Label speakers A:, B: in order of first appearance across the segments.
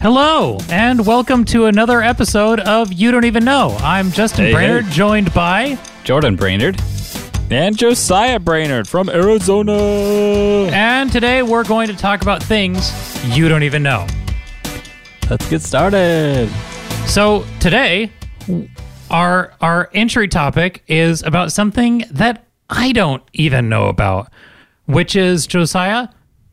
A: Hello, and welcome to another episode of You Don't Even Know. I'm Justin
B: Hey, hey.
A: Brainerd, joined by,
B: Jordan Brainerd and Josiah Brainerd from Arizona.
A: and today we're going to talk about things you don't even know.
B: Let's get started.
A: So today, our our entry topic is about something that I don't even know about, which is Josiah.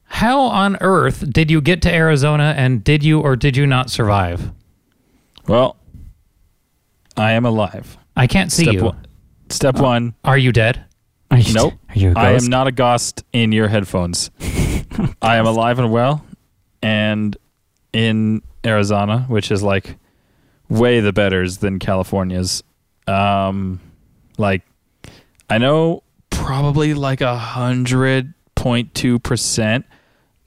A: How on earth did you get to Arizona, and did you or did you not survive?
B: Well, I am alive.
A: I can't see
B: Step
A: you.
B: one. Step one.
A: Are you dead?
C: Are you,
B: Nope.
C: Are you a
B: I
C: ghost?
B: am not a ghost in your headphones. I am alive and well, and in Arizona, which is like way the betters than California's. Um, like I know probably like a hundred point two percent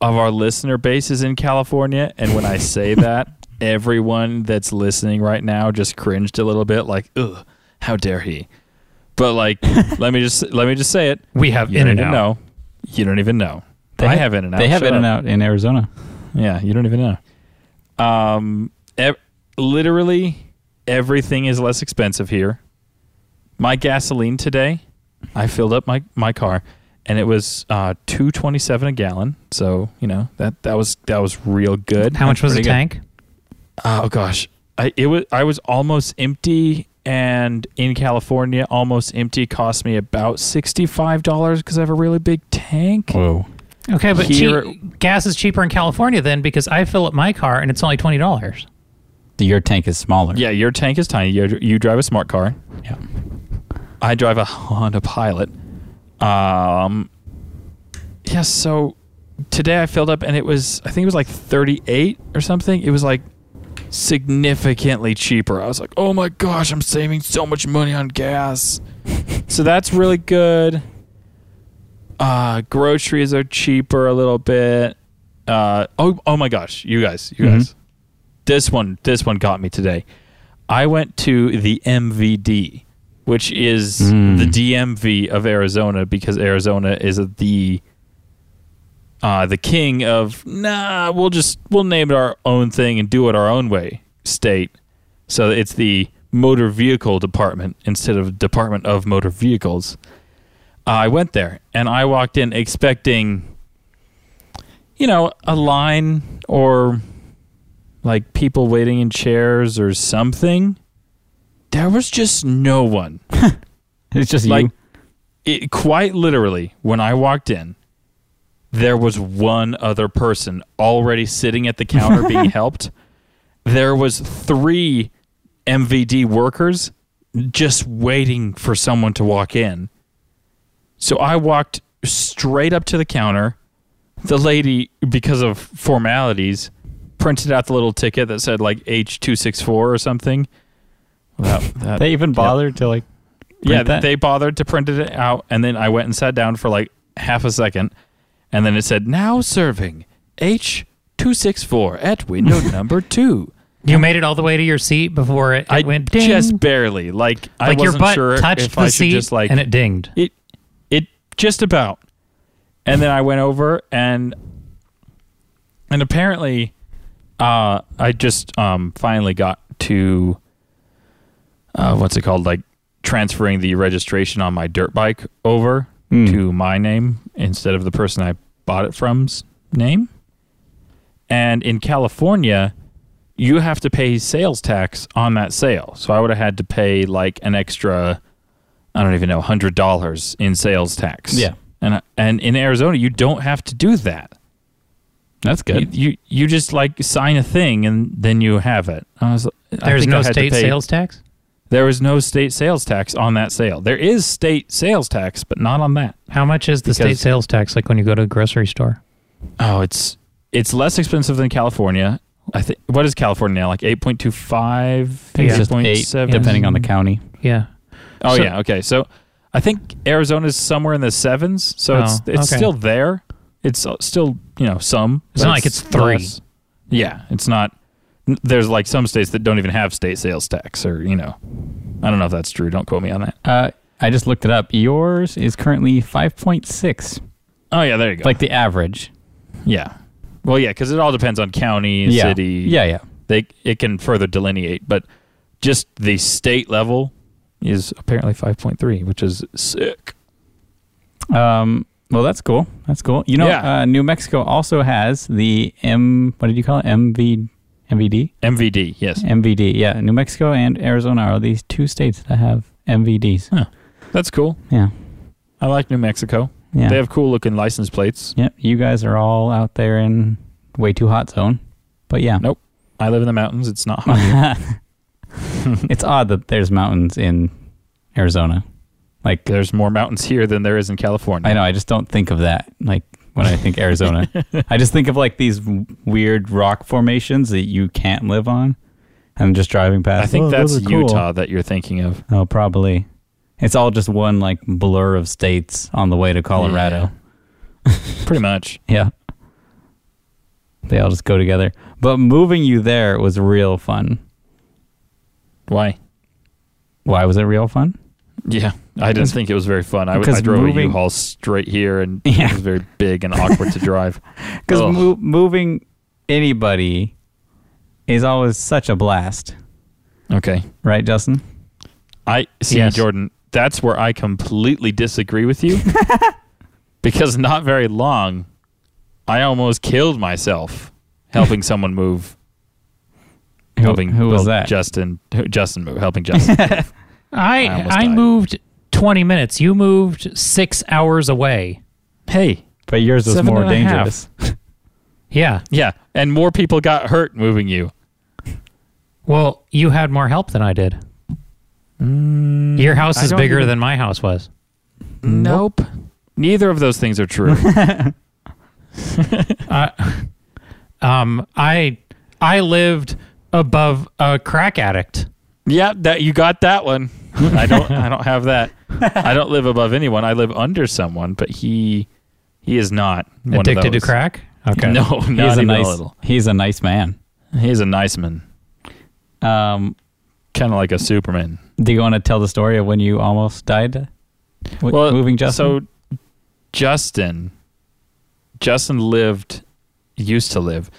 B: of our listener base is in California, and when I say that, everyone that's listening right now just cringed a little bit, like, ugh, how dare he? But like, let me just let me just say it.
A: We have
B: You
A: in
B: don't
A: and
B: even
A: out.
B: know. You don't even know.
C: They
B: I
C: ha-
B: have in and out.
C: They have
B: Shut
C: In and
B: up.
C: Out in Arizona.
B: Yeah, you don't even know. Um, ev- literally everything is less expensive here. My gasoline today, I filled up my my car, and it was uh two twenty seven a gallon. So you know that that was that was real good.
A: How much was the
B: Pretty good.
A: tank?
B: Oh gosh, I it was I was almost empty, and in California, almost empty cost me about sixty five dollars because I have a really big tank.
C: Whoa.
A: Okay, but
B: Here-
A: cheap, gas is cheaper in California then because I fill up my car and it's only twenty dollars.
C: Your tank is smaller.
B: Yeah, your tank is tiny. You, you drive a smart car.
C: Yeah.
B: I drive a Honda Pilot. Um, yeah, so today I filled up and it was, I think it was like 38 or something. It was like significantly cheaper. I was like, oh my gosh, I'm saving so much money on gas. so that's really good. Uh, groceries are cheaper a little bit. Uh, oh, oh my gosh, you guys, you guys. This one, this one got me today. I went to the MVD, which is
C: Mm.
B: the DMV of Arizona because Arizona is the uh, the king of nah. We'll just we'll name it our own thing and do it our own way. State, so it's the motor vehicle department instead of Department of Motor Vehicles. uh, I went there and I walked in expecting, you know, a line or like people waiting in chairs or something. There was just no one.
C: It's just
B: Like
C: you.
B: it, quite literally, when I walked in, there was one other person already sitting at the counter being helped. There was three MVD workers just waiting for someone to walk in. So I walked straight up to the counter. The lady, because of formalities, printed out the little ticket that said like H two six four or something. Well, that-
C: They even bothered to like.
B: yeah,
C: print that?
B: they bothered to print it out, and then I went and sat down for like half a second, and then it said now serving H two six four at window number two.
A: You made it all the way to your seat before it, it
B: I
A: went ding.
B: just barely like I
A: like
B: wasn't
A: your butt
B: sure
A: touched
B: if
A: the
B: I should
A: seat
B: just like
A: and it dinged.
B: it it just about and then i went over and and apparently uh i just um finally got to uh what's it called like transferring the registration on my dirt bike over
C: Mm.
B: to my name instead of the person i bought it from's name and in california you have to pay sales tax on that sale so i would have had to pay like an extra I don't even know, hundred dollars in sales tax.
C: Yeah.
B: and and in Arizona, you don't have to do that.
C: That's
B: You,
C: good.
B: you you just like sign a thing and then you have it. I was, I
A: There's
B: think
A: no
B: I had to
A: state
B: pay-
A: sales tax.
B: There was no state sales tax on that sale. There is state sales tax, but not on that.
A: How much is the state
B: Because-
A: sales tax? Like when you go to a grocery store,
B: Oh, it's it's less expensive than California. I think what is California now? Like eight point two five,
A: think
B: eight
A: it's
C: just
B: point
C: eight,
B: seven.
C: depending on the county.
A: yeah.
B: Oh
A: So-
B: yeah, okay. So I think Arizona's somewhere in the sevens, so
A: Oh,
B: it's it's
A: okay.
B: still there. It's uh, still you know some.
A: It's
B: but
A: not like it's three.
B: less. Yeah, it's not. n- There's like some states that don't even have state sales tax, or you know, I don't know if that's true. Don't quote me on that.
C: Uh, I just looked it up. Yours is currently 5.6,
B: Oh yeah, there you go.
C: like the average.
B: yeah, Well, yeah, because it all depends on county,
C: Yeah.
B: city.
C: Yeah, yeah.
B: They it can further delineate, but just the state level is apparently 5.3, which is sick.
C: Um, well, that's cool. That's cool. You know,
B: Yeah.
C: uh, New Mexico also has the M. What did you call it? MV, MVD,
B: MVD, yes.
C: MVD. Yeah, New Mexico and Arizona are these two states that have MVDs.
B: That's cool.
C: Yeah,
B: I like New Mexico.
C: yeah.
B: They have cool looking license plates.
C: Yep, you guys are all out there in way too hot zone. But yeah.
B: Nope. I live in the mountains. It's not hot.
C: it's odd that there's mountains in Arizona. Like
B: There's more mountains here than there is in California.
C: I know, I just don't think of that. Like when I think Arizona, I just think of like these w- weird rock formations that you can't live on. And just driving past.
B: I think
C: "Oh, those
B: that's
C: are cool."
B: Utah that you're thinking of.
C: Oh, probably. It's all just one like blur of states on the way to Colorado.
B: Pretty much.
C: Yeah. They all just go together. But moving you there was real fun.
B: Why?
C: Why was it real fun?
B: Yeah. I didn't think it was very fun. I, w-
C: Because
B: I drove a
C: moving-
B: U-Haul straight here and
C: Yeah.
B: it was very big and awkward to drive.
C: Because
B: Ugh.
C: mo- moving anybody is always such a blast,
B: Okay.
C: right, Justin?
B: I see,
A: Yes.
B: Jordan. That's where I completely disagree with you, because not very long, I almost killed myself helping someone move. Helping
C: who was
B: well,
C: that?
B: Justin. who- Justin move. Helping Justin.
A: I
B: I almost
A: I,
B: died.
A: moved 20 minutes. You moved 6 hours away.
B: hey.
C: but yours was
B: Seven
C: more
B: and a half.
C: dangerous.
A: Yeah.
B: Yeah, and more people got hurt moving you.
A: Well, you had more help than I did. Your house
B: Mm, I
A: is
B: don't
A: bigger
B: even-
A: than my house was.
B: Nope. Neither of those things are true.
A: Um, I I lived above a crack addict.
B: yeah, that you got that one. I don't. I don't have that. I don't live above anyone. I live under someone, but he he is not one of
A: addicted to
B: those.
A: crack. Okay.
B: No, not
C: He's a
B: even
C: nice.
B: a little.
C: He's a nice man.
B: He's a nice man,
C: Um,
B: kind of like a Superman.
C: do you want to tell the story of when you almost died? W- moving Justin.
B: So Justin, Justin lived, used to live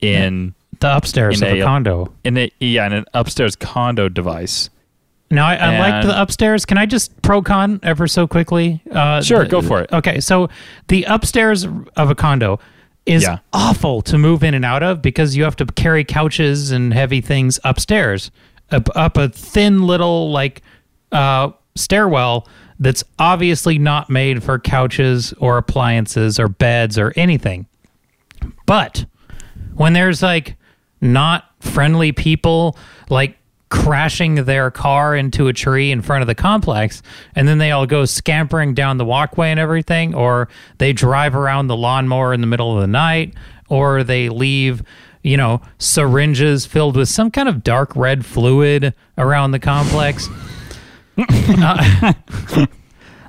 B: in
A: The upstairs
B: In
A: of a
B: a-
A: condo.
B: in a yeah in an upstairs condo device.
A: Now I, I liked
B: And-
A: the upstairs. Can I just pro con ever so quickly? Uh,
B: Sure,
A: the-
B: go for it.
A: Okay, so the upstairs of a condo is
B: Yeah.
A: awful to move in and out of because you have to carry couches and heavy things upstairs, up, up a thin little like uh, stairwell that's obviously not made for couches or appliances or beds or anything. But when there's like not friendly people like crashing their car into a tree in front of the complex and then they all go scampering down the walkway and everything or they drive around the lawnmower in the middle of the night or they leave you know syringes filled with some kind of dark red fluid around the complex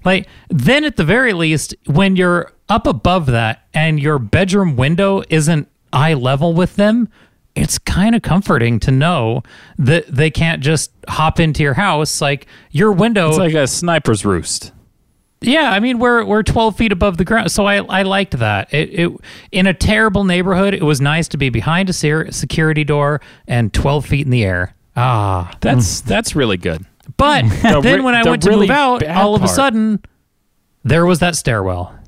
A: like then at the very least, when you're up above that and your bedroom window isn't eye level with them, it's kind of comforting to know that they can't just hop into your house. Like your window
B: It's like a sniper's roost.
A: yeah, I mean we're we're twelve feet above the ground, so I I liked that. It, it in a terrible neighborhood, it was nice to be behind a se- security door and twelve feet in the air. Ah,
B: That's that's really good.
A: but
B: re-
A: then when I
B: the
A: went to
B: really
A: move out,
B: bad
A: all of a
B: part.
A: sudden there was that stairwell.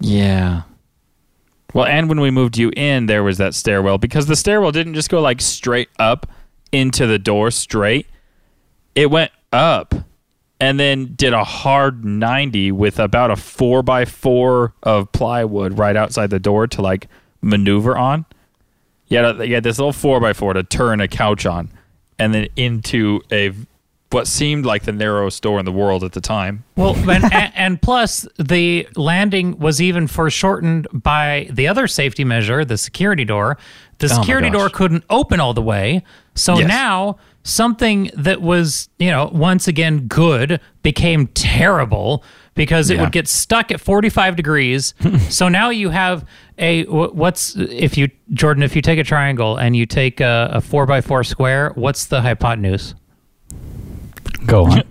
B: Yeah. Well, and when we moved you in, there was that stairwell because the stairwell didn't just go like straight up into the door straight. It went up and then did a hard 90 with about a four by four of plywood right outside the door to like maneuver on. You had, a, you had this little four by four to turn a couch on and then into a what seemed like the narrowest door in the world at the time.
A: Well, and, and, and plus the landing was even foreshortened by the other safety measure, the security door. The
B: Oh my
A: security door
B: gosh.
A: couldn't open all the way. So
B: Yes.
A: now something that was, you know, once again good became terrible because it
B: Yeah.
A: would get stuck at 45 degrees. so now you have a wh- what's if you Jordan if you take a triangle and you take a, a 4 by 4 square, what's the hypotenuse?
C: go on.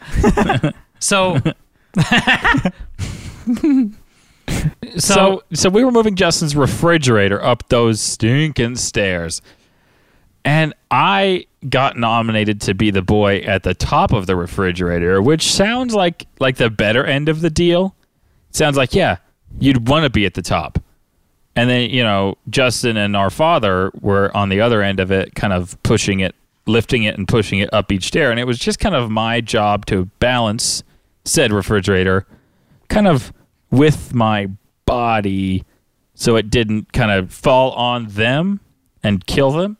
A: So So-
B: so so we were moving Justin's refrigerator up those stinking stairs. And I got nominated to be the boy at the top of the refrigerator, which sounds like like the better end of the deal. sounds like yeah, you'd want to be at the top. And then, you know, Justin and our father were on the other end of it, kind of pushing it, lifting it, and pushing it up each stair. And it was just kind of my job to balance said refrigerator kind of with my body so it didn't kind of fall on them and kill them.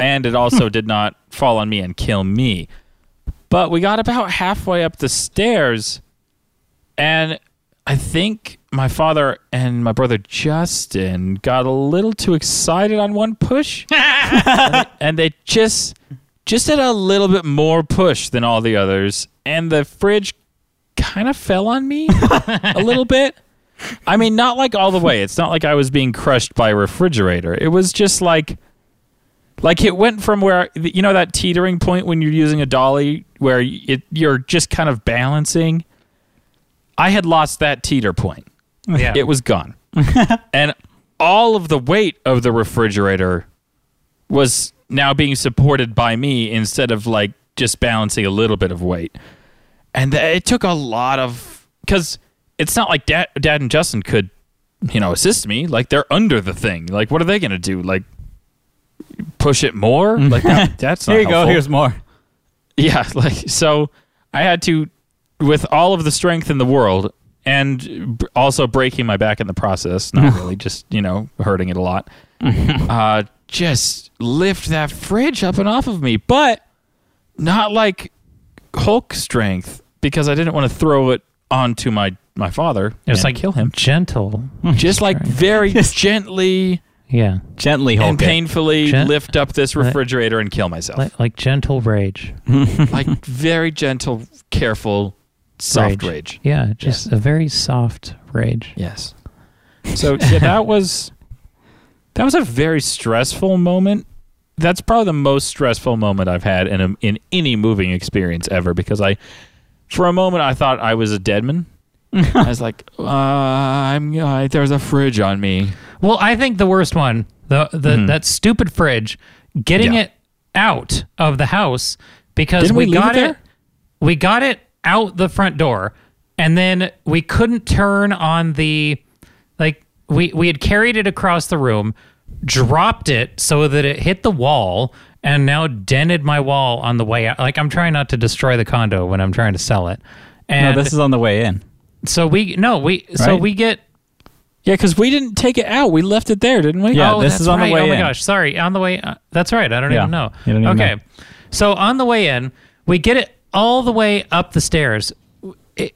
B: and it also did not fall on me and kill me. But we got about halfway up the stairs and I think my father and my brother Justin got a little too excited on one push, and, they, and they just just did a little bit more push than all the others, and the fridge kind of fell on me a little bit. I mean, not like all the way. It's not like I was being crushed by a refrigerator. It was just like, like it went from where you know that teetering point when you're using a dolly, where it you're just kind of balancing. I had lost that teeter point.
A: yeah.
B: It was gone. and all of the weight of the refrigerator was now being supported by me instead of like just balancing a little bit of weight. And th- it took a lot of cuz it's not like dad, dad and Justin could you know assist me like they're under the thing. Like what are they going to do? Like push it more? Like that, that's not
C: Here you go.
B: helpful.
C: Here's more.
B: Yeah, like so I had to with all of the strength in the world and b- also breaking my back in the process, not really just, you know, hurting it a lot. uh just lift that fridge up and off of me, but not like Hulk strength because I didn't want to throw it onto my my father.
A: It's
B: and
A: like
B: kill him. Hmm.
A: Gentle.
B: Just like very gently
A: Yeah.
C: Gently Hulk
B: and painfully
A: Gen-
B: lift up this refrigerator and kill myself.
A: Like, like gentle rage.
B: like very gentle, careful, soft rage.
A: Yeah. Just a very soft rage.
B: Yes. So yeah, that was that was a very stressful moment. That's probably the most stressful moment I've had in a, in any moving experience ever because I, for a moment, I thought I was a dead man. I was like, uh, I'm uh, there's a fridge on me.
A: Well, I think the worst one, the, the that stupid fridge, getting
B: Mm-hmm. Yeah.
A: it out of the house because
B: Didn't
A: we,
B: we leave
A: got
B: it
A: it,
B: there?
A: we got it out the front door, and then we couldn't turn on the like we we had carried it across the room, dropped it so that it hit the wall. And now dented my wall on the way out. Like I'm trying not to destroy the condo when I'm trying to sell it.
C: No,
A: And
C: this is on the way in.
A: so we no we so
C: Right?
A: we get
B: Yeah, because we didn't take it out. We left it there, didn't we?
C: Yeah.
A: Oh,
C: this
A: that's
C: is on the
A: right.
C: way
A: Oh my
C: in.
A: gosh, sorry. On the way. Uh, that's right. I don't
C: Yeah.
A: even know.
C: You don't even
A: okay. So on the way in, we get it all the way up the stairs. It,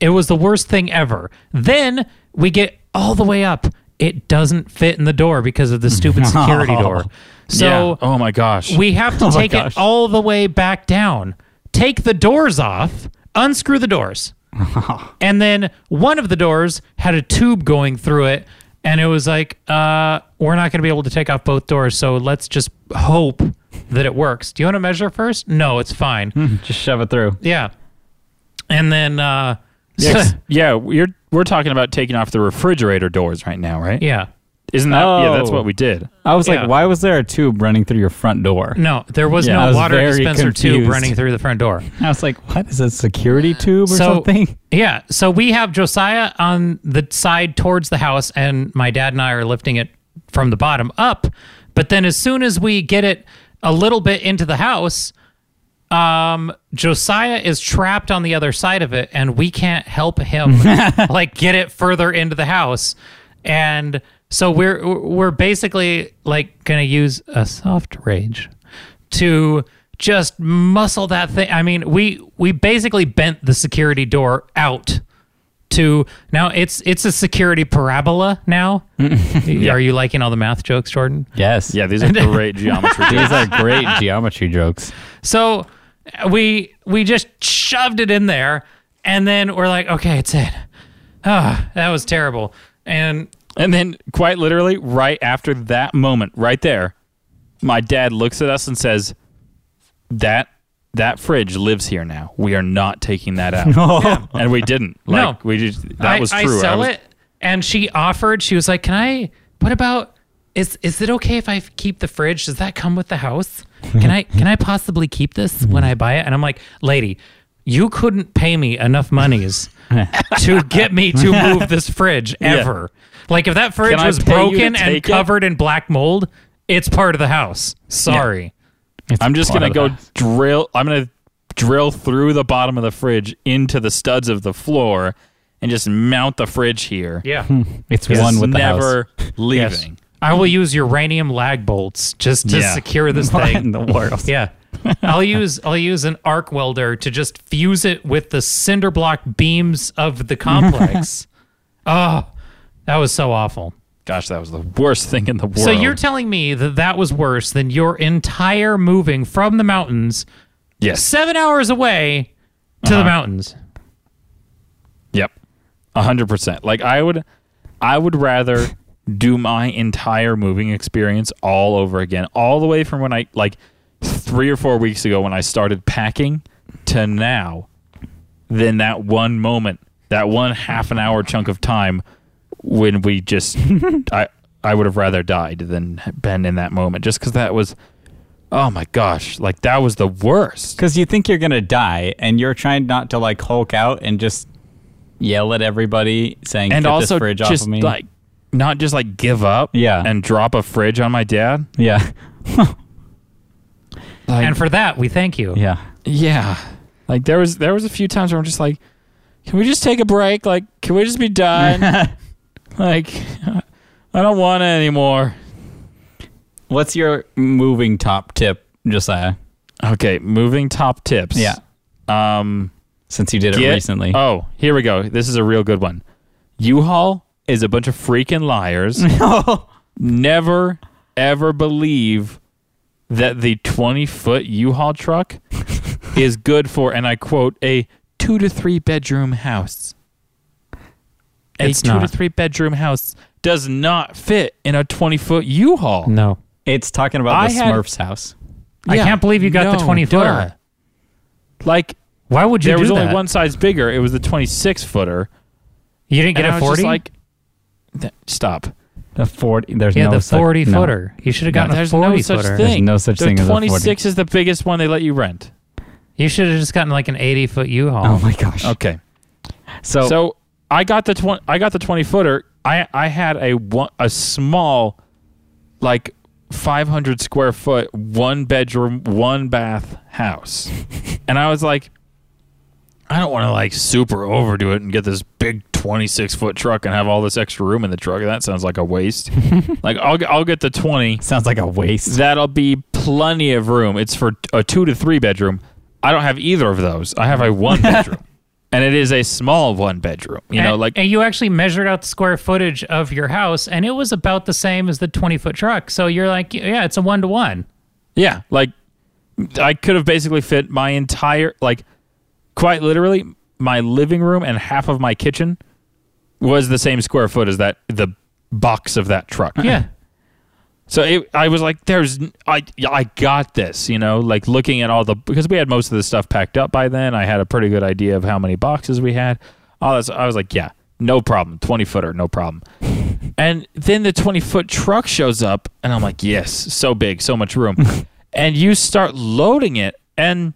A: it was the worst thing ever. Then we get all the way up. It doesn't fit in the door because of the stupid security door.
B: Yeah.
A: So
B: oh my gosh.
A: we have to
C: my
A: take
C: gosh.
A: it all the way back down, take the doors off, unscrew the doors. and then one of the doors had a tube going through it. And it was like, uh, we're not going to be able to take off both doors. So let's just hope that it works. Do you want to measure first? No, it's fine.
C: Just shove it through.
A: Yeah. And then, uh,
B: yeah, 'cause- yeah, we're we're talking about taking off the refrigerator doors right now, right?
A: yeah.
B: Isn't that? Yeah, that's
C: Oh.
B: what we did.
C: I was
A: Yeah.
C: like, why was there a tube running through your front door?
A: No, there was
C: Yeah, I
A: no
C: was
A: water
C: very
A: dispenser tube
C: confused.
A: running through the front door.
C: I was like, what is a security tube or something?
A: Yeah. So we have Josiah on the side towards the house, and my dad and I are lifting it from the bottom up. But then as soon as we get it a little bit into the house, um, Josiah is trapped on the other side of it, and we can't help him like get it further into the house. And so we're we're basically like gonna use a soft rage to just muscle that thing. I mean, we we basically bent the security door out to now it's it's a security parabola now. Are you liking all the math jokes, Jordan?
C: Yes.
B: Yeah, these are great geometry.
C: These are great geometry jokes.
A: So uh, we we just shoved it in there, and then we're like, okay, it's it. Ah, that was terrible. And
B: And then, quite literally, right after that moment, right there, my dad looks at us and says, "That that fridge lives here now. We are not taking that out." and we didn't. Like,
A: No.
B: we just that
A: I,
B: was true.
A: I sell
B: was-
A: it, and she offered. She was like, "Can I? What about? Is is it okay if I keep the fridge? Does that come with the house? Can I can I possibly keep this
B: Mm-hmm.
A: when I buy it?" And I'm like, "Lady." You couldn't pay me enough monies to get me to move this fridge ever. Like if that fridge
B: Can I
A: was
B: pay you to
A: broken and
B: take it?
A: covered in black mold, it's part of the house. Sorry.
B: I'm just
C: part
B: gonna
C: of
B: go
C: that.
B: drill. I'm gonna drill through the bottom of the fridge into the studs of the floor, and just mount the fridge here.
A: Yeah.
C: It's
B: It's
C: one with the house.
B: never
A: Yes.
B: leaving.
A: I will use uranium lag bolts just to
B: Yeah.
A: secure this
C: What in
A: thing.
C: the world?
A: Yeah. I'll use I'll use an arc welder to just fuse it with the cinder block beams of the complex. oh, that was so awful.
B: Gosh, that was the worst thing in the world.
A: So you're telling me that that was worse than your entire moving from the mountains,
B: yes.
A: 7 hours away to
B: Uh-huh.
A: the mountains.
B: Yep. A hundred percent. Like I would I would rather do my entire moving experience all over again. All the way from when I like three or four weeks ago when I started packing to now than that one moment, that one half an hour chunk of time when we just I I would have rather died than been in that moment just cuz that was oh my gosh, like that was the worst.
C: Because you think you're gonna die, and you're trying not to like Hulk out and just yell at everybody saying,
B: and
C: "Get
B: also
C: this fridge
B: just
C: off of me."
B: like not just like give up
C: Yeah.
B: and drop a fridge on my dad
C: yeah,
B: like,
A: And for that, we thank you.
C: yeah.
B: yeah like there was there was a few times where i'm just like can we just take a break like can we just be done like i don't want it anymore
C: What's your moving top tip, Josiah?
B: okay moving top tips
C: Yeah,
B: um
C: since you did it
B: get-
C: recently.
B: oh here we go this is a real good one u-haul is a bunch of freaking liars never ever believe that the 20 foot U-Haul truck is good for, and I quote, a two to three bedroom house. A
A: It's
B: two
A: not.
B: to three bedroom house does not fit in a 20 foot U-Haul.
A: No.
C: it's talking about
B: I
C: the
B: had-
C: Smurfs house.
A: I can't believe you got the 20 footer.
B: duh. Like
A: Why would you
B: there
A: do
B: was
A: that?
B: only one size bigger. It was the 26 footer.
A: you didn't get
B: And I
A: a
B: was just
A: 40?
B: like, th- stop.
C: The forty. There's
A: Yeah,
C: no
A: the
C: such-
A: 40
C: no.
A: footer. You should have gotten a
B: There's
A: 40
B: no such
A: footer.
B: thing.
C: no such
B: The
C: thing as a 40.
B: 26 is the biggest one they let you rent.
A: You should have just gotten like an 80 foot U haul.
C: Oh my gosh.
B: Okay.
C: So,
B: So I got the twenty. I got the twenty footer. I I had a one a small, like five hundred square foot one bedroom one bath house, and I was like, I don't want to like super overdo it and get this big twenty six foot truck and have all this extra room in the truck. That sounds like a waste. like I'll get- I'll get the twenty.
C: sounds like a waste.
B: That'll be plenty of room. It's for a two to three bedroom. I don't have either of those. I have a one bedroom, and it is a small one bedroom. You know,
A: and,
B: like
A: and you actually measured out the square footage of your house, and it was about the same as the 20 foot truck. So you're like, yeah, it's a one to one.
B: yeah, like I could have basically fit my entire like quite literally my living room and half of my kitchen was the same square foot as that the box of that truck.
A: Yeah.
B: So it, I was like, "There's, n- I, I got this," you know. Like looking at all the because we had most of the stuff packed up by then. I had a pretty good idea of how many boxes we had. All this, I was like, "Yeah, no problem. Twenty footer, no problem." and then the twenty foot truck shows up, and I'm like, "Yes, so big, so much room." and you start loading it, and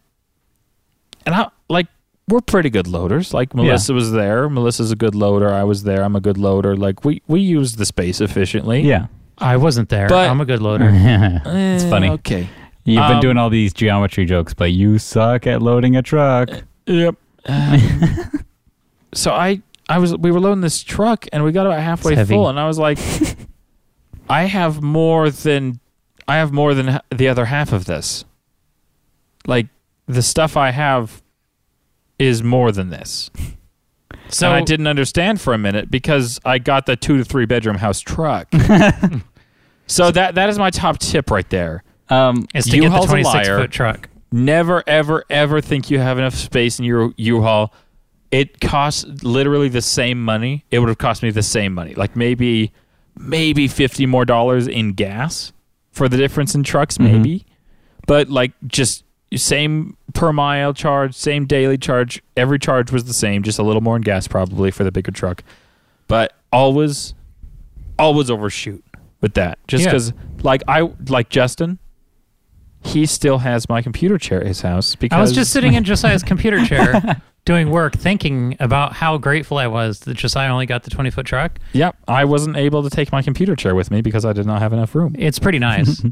B: and I like we're pretty good loaders. Like Melissa was there. Melissa's a good loader. I was there. I'm a good loader. Like we we use the space efficiently.
C: Yeah.
A: I wasn't there.
B: But-
A: I'm a good loader.
C: it's funny.
B: Okay.
C: You've been
B: Um,
C: doing all these geometry jokes, but you suck at loading a truck.
B: Yep.
A: Um,
B: so I I was we were loading this truck and we got about halfway
A: heavy.
B: full and I was like I have more than I have more than h- the other half of this. Like the stuff I have is more than this.
A: So
B: and I didn't understand for a minute because I got the 2 to 3 bedroom house truck. so that that is my top tip right there.
C: Um,
A: is to get the
B: U-Haul's a
A: 26
B: liar.
A: foot truck.
B: Never, ever, ever think you have enough space in your U-Haul. It costs literally the same money. It would have cost me the same money, like maybe, maybe fifty more dollars in gas for the difference in trucks, maybe. But like just same per mile charge, same daily charge. Every charge was the same, just a little more in gas probably for the bigger truck. But always always overshoot with that. Just
A: Yeah.
B: because, like I like Justin, he still has my computer chair at his house because
A: I was just sitting in Josiah's computer chair doing work, thinking about how grateful I was that Josiah only got the 20 foot truck.
B: Yep, I wasn't able to take my computer chair with me because I did not have enough room.
A: It's pretty nice.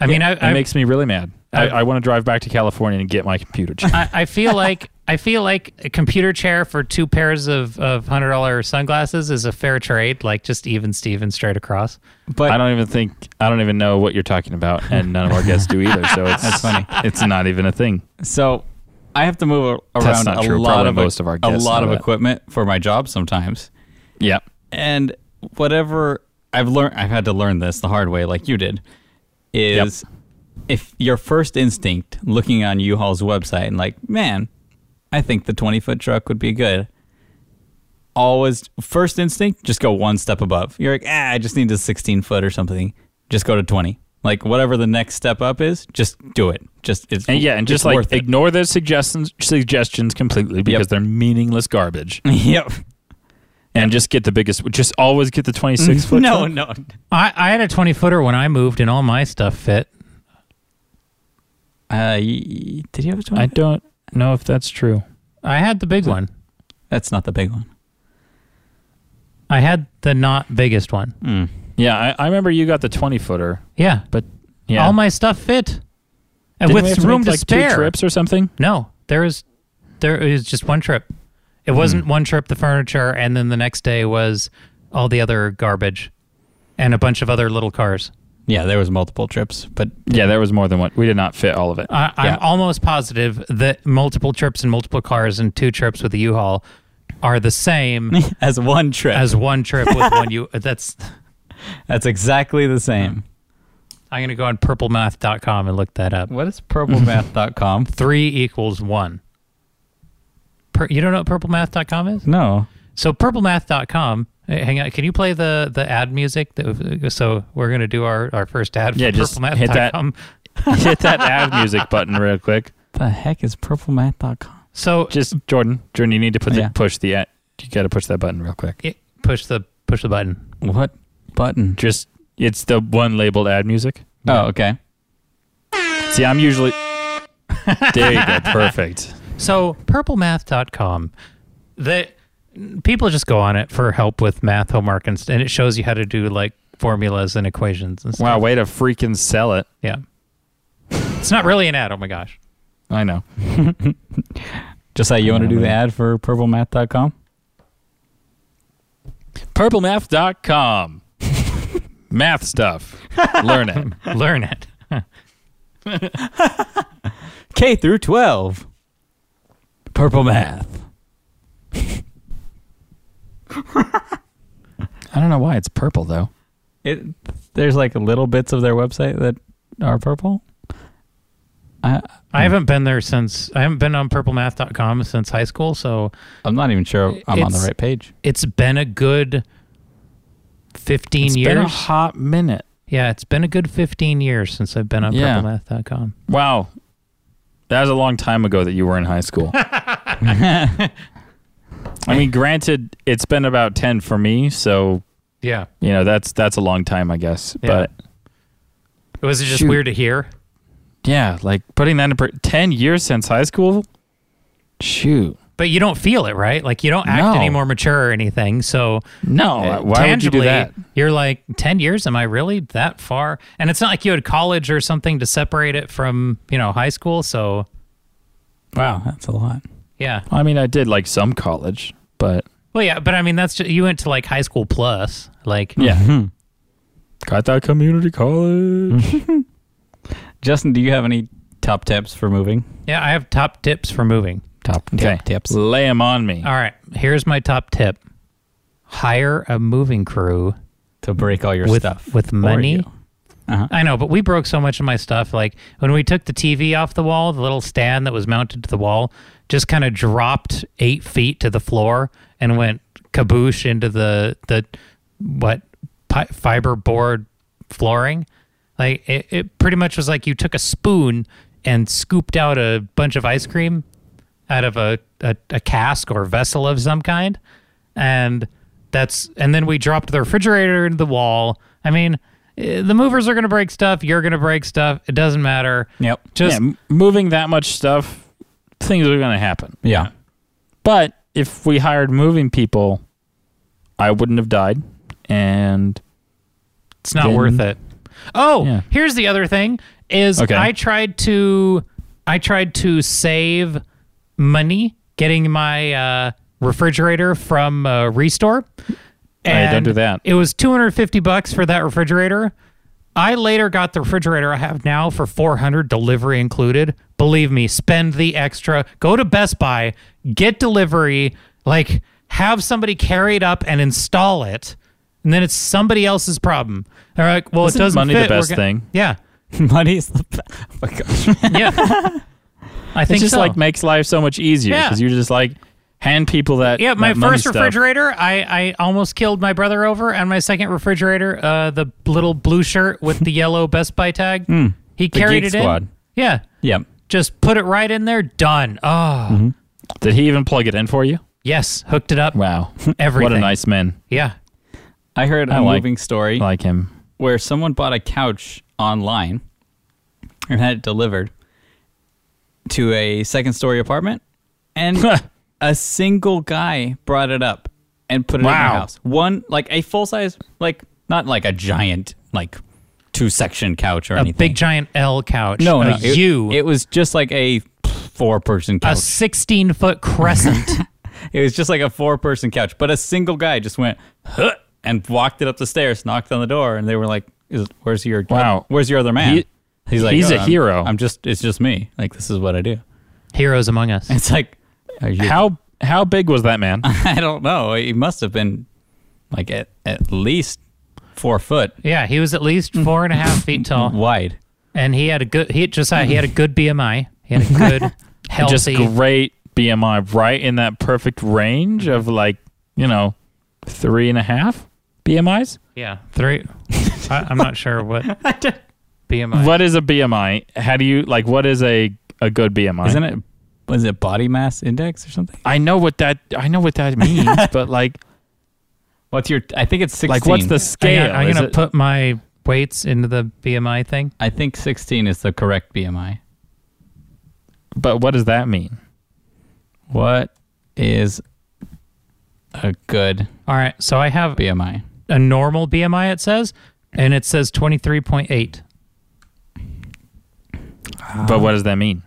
A: I mean, I,
B: it
A: I,
B: makes me really mad. I, I want to drive back to California and get my computer chair.
A: I, I feel like I feel like a computer chair for two pairs of, of hundred dollar sunglasses is a fair trade, like just even Steven straight across.
C: But
B: I don't even think I don't even know what you're talking about, and none of our guests do either. So it's
C: That's funny.
B: It's not even a thing.
C: So I have to move a-
B: That's
C: around
B: not
C: a
B: true.
C: lot
B: Probably
C: of
B: most of our
C: a
B: guests
C: lot
B: know
C: of
B: that.
C: equipment for my job sometimes,
B: Yep.
C: and whatever I've learned, I've had to learn this the hard way, like you did, is if your first instinct looking on U-Haul's website and like, man, I think the twenty foot truck would be good. Always first instinct, just go one step above. You're like, ah, I just need a sixteen foot or something. Just go to twenty. Like whatever the next step up is, just do it. Just it's
B: And yeah, and
C: it's
B: just like
C: worth it.
B: ignore those suggestions suggestions completely because they're meaningless garbage.
C: yep.
B: And just get the biggest. Just always get the twenty six foot.
C: No,
B: truck.
C: no.
A: I, I had a twenty footer when I moved, and all my stuff fit.
C: Uh, y- did you have a
B: I
C: 20?
B: don't know if that's true.
A: I had the big one.
C: That's not the big one.
A: I had the not biggest one.
B: Yeah, I, I remember you got the twenty footer,
A: Yeah,
B: but yeah,
A: all my stuff fit, and
B: Didn't we
A: with
B: have to
A: room
B: make,
A: to
B: like,
A: spare.
B: Two trips or something.
A: No, there is there is just one trip. It wasn't
B: Hmm.
A: one trip the furniture and then the next day was all the other garbage and a bunch of other little cars.
C: Yeah, there was multiple trips, but
B: Yeah, there was more than one. We did not fit all of it.
A: I,
C: Yeah.
A: I'm almost positive that multiple trips and multiple cars and two trips with a U-Haul are the same
C: as one trip,
A: as one trip with one U. That's
C: that's exactly the same.
A: I'm gonna go on purplemath.com and look that up.
C: What is purplemath.com?
A: Three equals one. Per, you don't know what purplemath.com is?
C: no.
A: So purplemath.com. Hey, eh, Hang on. Can you play the the ad music? That, uh, so we're gonna do our, our first ad.
B: Yeah,
A: for
B: just hit that.
A: purplemath.com.
B: Hit that ad music button real quick.
C: The heck is purplemath.com?
A: So
B: Just Jordan, Jordan, you need to put
C: Yeah.
B: the push the ad. You got to push that button real quick.
A: it- push the push the button.
C: What button?
B: Just it's the one labeled ad music.
C: Oh, okay.
B: See, I'm usually there. You go, perfect.
A: So purplemath.com. That people just go on it for help with math homework and, st- and it shows you how to do like formulas and equations and stuff.
B: Wow, way to freaking sell it.
A: Yeah. it's not really an ad. Oh my gosh.
B: I know.
C: Just like you want to do the ad for purplemath.com?
B: Purplemath.com. Math stuff. Learn it.
A: Learn it.
C: K through 12. Purple math.
B: I don't know why it's purple though.
C: It there's like little bits of their website that are purple. I
B: Hmm.
A: I haven't been there since I haven't been on purplemath.com since high school, so
C: I'm not even sure I'm on the
A: It's-
C: right page.
A: it's been a good 15
B: It's
A: years.
B: been a hot minute.
A: yeah, it's been a good 15 years since I've been on
B: Yeah.
A: purplemath.com.
B: Wow. That was a long time ago that you were in high school. I mean, granted, it's been about 10 for me, so,
A: Yeah.
B: you know, that's that's a long time, I guess.
A: Yeah.
B: But
A: Was it just
B: Shoot.
A: weird to hear?
B: yeah, like putting that in per- 10 years since high school? Shoot.
A: But you don't feel it, right? Like you don't act
B: No.
A: any more mature or anything. So
B: No,
A: uh,
B: Eh, why
A: tangibly,
B: would you do that?
A: are like 10 years. Am I really that far? And it's not like you had college or something to separate it from, you know, high school. So
C: Wow, that's a lot.
A: yeah.
B: I mean, I did like some college, but
A: Well, yeah. But I mean, that's just, you went to like high school plus. Like,
C: Hmm.
B: yeah. Got that community college.
C: Justin, do you have any top tips for moving?
A: yeah, I have top tips for moving.
C: Top
B: Okay.
C: tip tips.
B: Lay them on me.
A: All right, here's my top tip: hire a moving crew
C: to break all your
A: with
C: stuff
A: with
C: for
A: money.
C: you. Uh-huh.
A: I know, but we broke so much of my stuff. Like when we took the TV off the wall, the little stand that was mounted to the wall just kind of dropped eight feet to the floor and went kaboosh into the the what pi- fiber board flooring. Like it, it pretty much was like you took a spoon and scooped out a bunch of ice cream out of a, a, a cask or vessel of some kind and That's and then we dropped the refrigerator into the wall. I mean, eh, the movers are going to break stuff. You're going to break stuff. It doesn't matter.
C: Yep.
A: Just
B: yeah, m- moving that much stuff, things are going to happen.
C: Yeah.
B: But if we hired moving people, I wouldn't have died. And
A: It's not
B: Then-
A: worth it. Oh,
B: Yeah.
A: here's the other thing is
B: Okay.
A: I tried to I tried to save money getting my uh, refrigerator from uh, Restore.
B: Hey, don't
A: And
B: do that.
A: It was 250 bucks for that refrigerator. I later got the refrigerator I have now for 400 delivery included. Believe me, spend the extra. Go to Best Buy, get delivery, like have somebody carry it up and install it. And then it's somebody else's problem. They're like, well,
B: Isn't
A: it doesn't
B: money the
A: fit. we're
B: best thing?
A: Yeah.
C: Money's the. Oh my gosh.
A: Yeah. I
B: it
A: think
B: just
A: so.
B: like makes life so much easier
A: Yeah.
B: because you're just like hand people that.
A: Yeah, my
B: that money
A: first
B: stuff.
A: refrigerator, I, I almost killed my brother over, and my second refrigerator, uh, the little blue shirt with the yellow Best Buy tag, he carried
C: Hmm. Geek
A: it
C: Squad.
A: in. Yeah,
C: Yep.
A: just put it right in there. Done. Ah,
C: Mm-hmm.
B: Did he even plug it in for you?
A: yes, hooked it up.
B: Wow, what a
A: Everything.
B: nice man.
A: Yeah,
C: I heard a
B: I like-
C: moving story
B: I Like him.
C: where someone bought a couch online and had it delivered to a second story apartment, and a single guy brought it up and put it in
B: Wow.
C: their house. One like a full size, like not like a giant like two section couch or
A: a
C: anything.
A: big giant L couch.
C: no,
A: a
C: no, it,
A: U,
C: It was just like a four person
A: a
C: couch.
A: sixteen foot crescent.
C: It was just like a four person couch, but a single guy just went huh, and walked it up the stairs, knocked on the door, and they were like, Is, "Where's your
B: Wow.
C: Where's your other man?"
B: He-
C: he's like, "Oh,
B: he's a
C: I'm-
B: hero."
C: I'm just. It's just me. Like this is what I do."
A: Heroes among us.
C: It's like, are you-
B: How how big was that man?
C: I don't know. He must have been like at at least four foot
A: Yeah, he was at least
C: Mm.
A: four and a half feet tall,
C: wide.
A: and he had a good. He Josiah, he had a good BMI. He had a good, healthy.
B: just great BMI, right in that perfect range of like you know three and a half BMIs.
A: Yeah, three. I, I'm not sure what BMI.
B: What is a BMI? How do you like? What is a a good BMI?
C: Isn't it? Was it body mass index or something?
B: I know what that I know what that means, but like
C: What's your? I think it's sixteen.
B: like what's the
A: Hang on,
B: scale?
A: I'm
B: Is
A: gonna
B: it-
A: put my weights into the BMI thing.
C: I think sixteen is the correct BMI.
B: but what does that mean?
C: What is a good
A: All right, so I have
C: BMI?
A: a normal BMI. It says, and it says 23.8.
B: but what does that mean?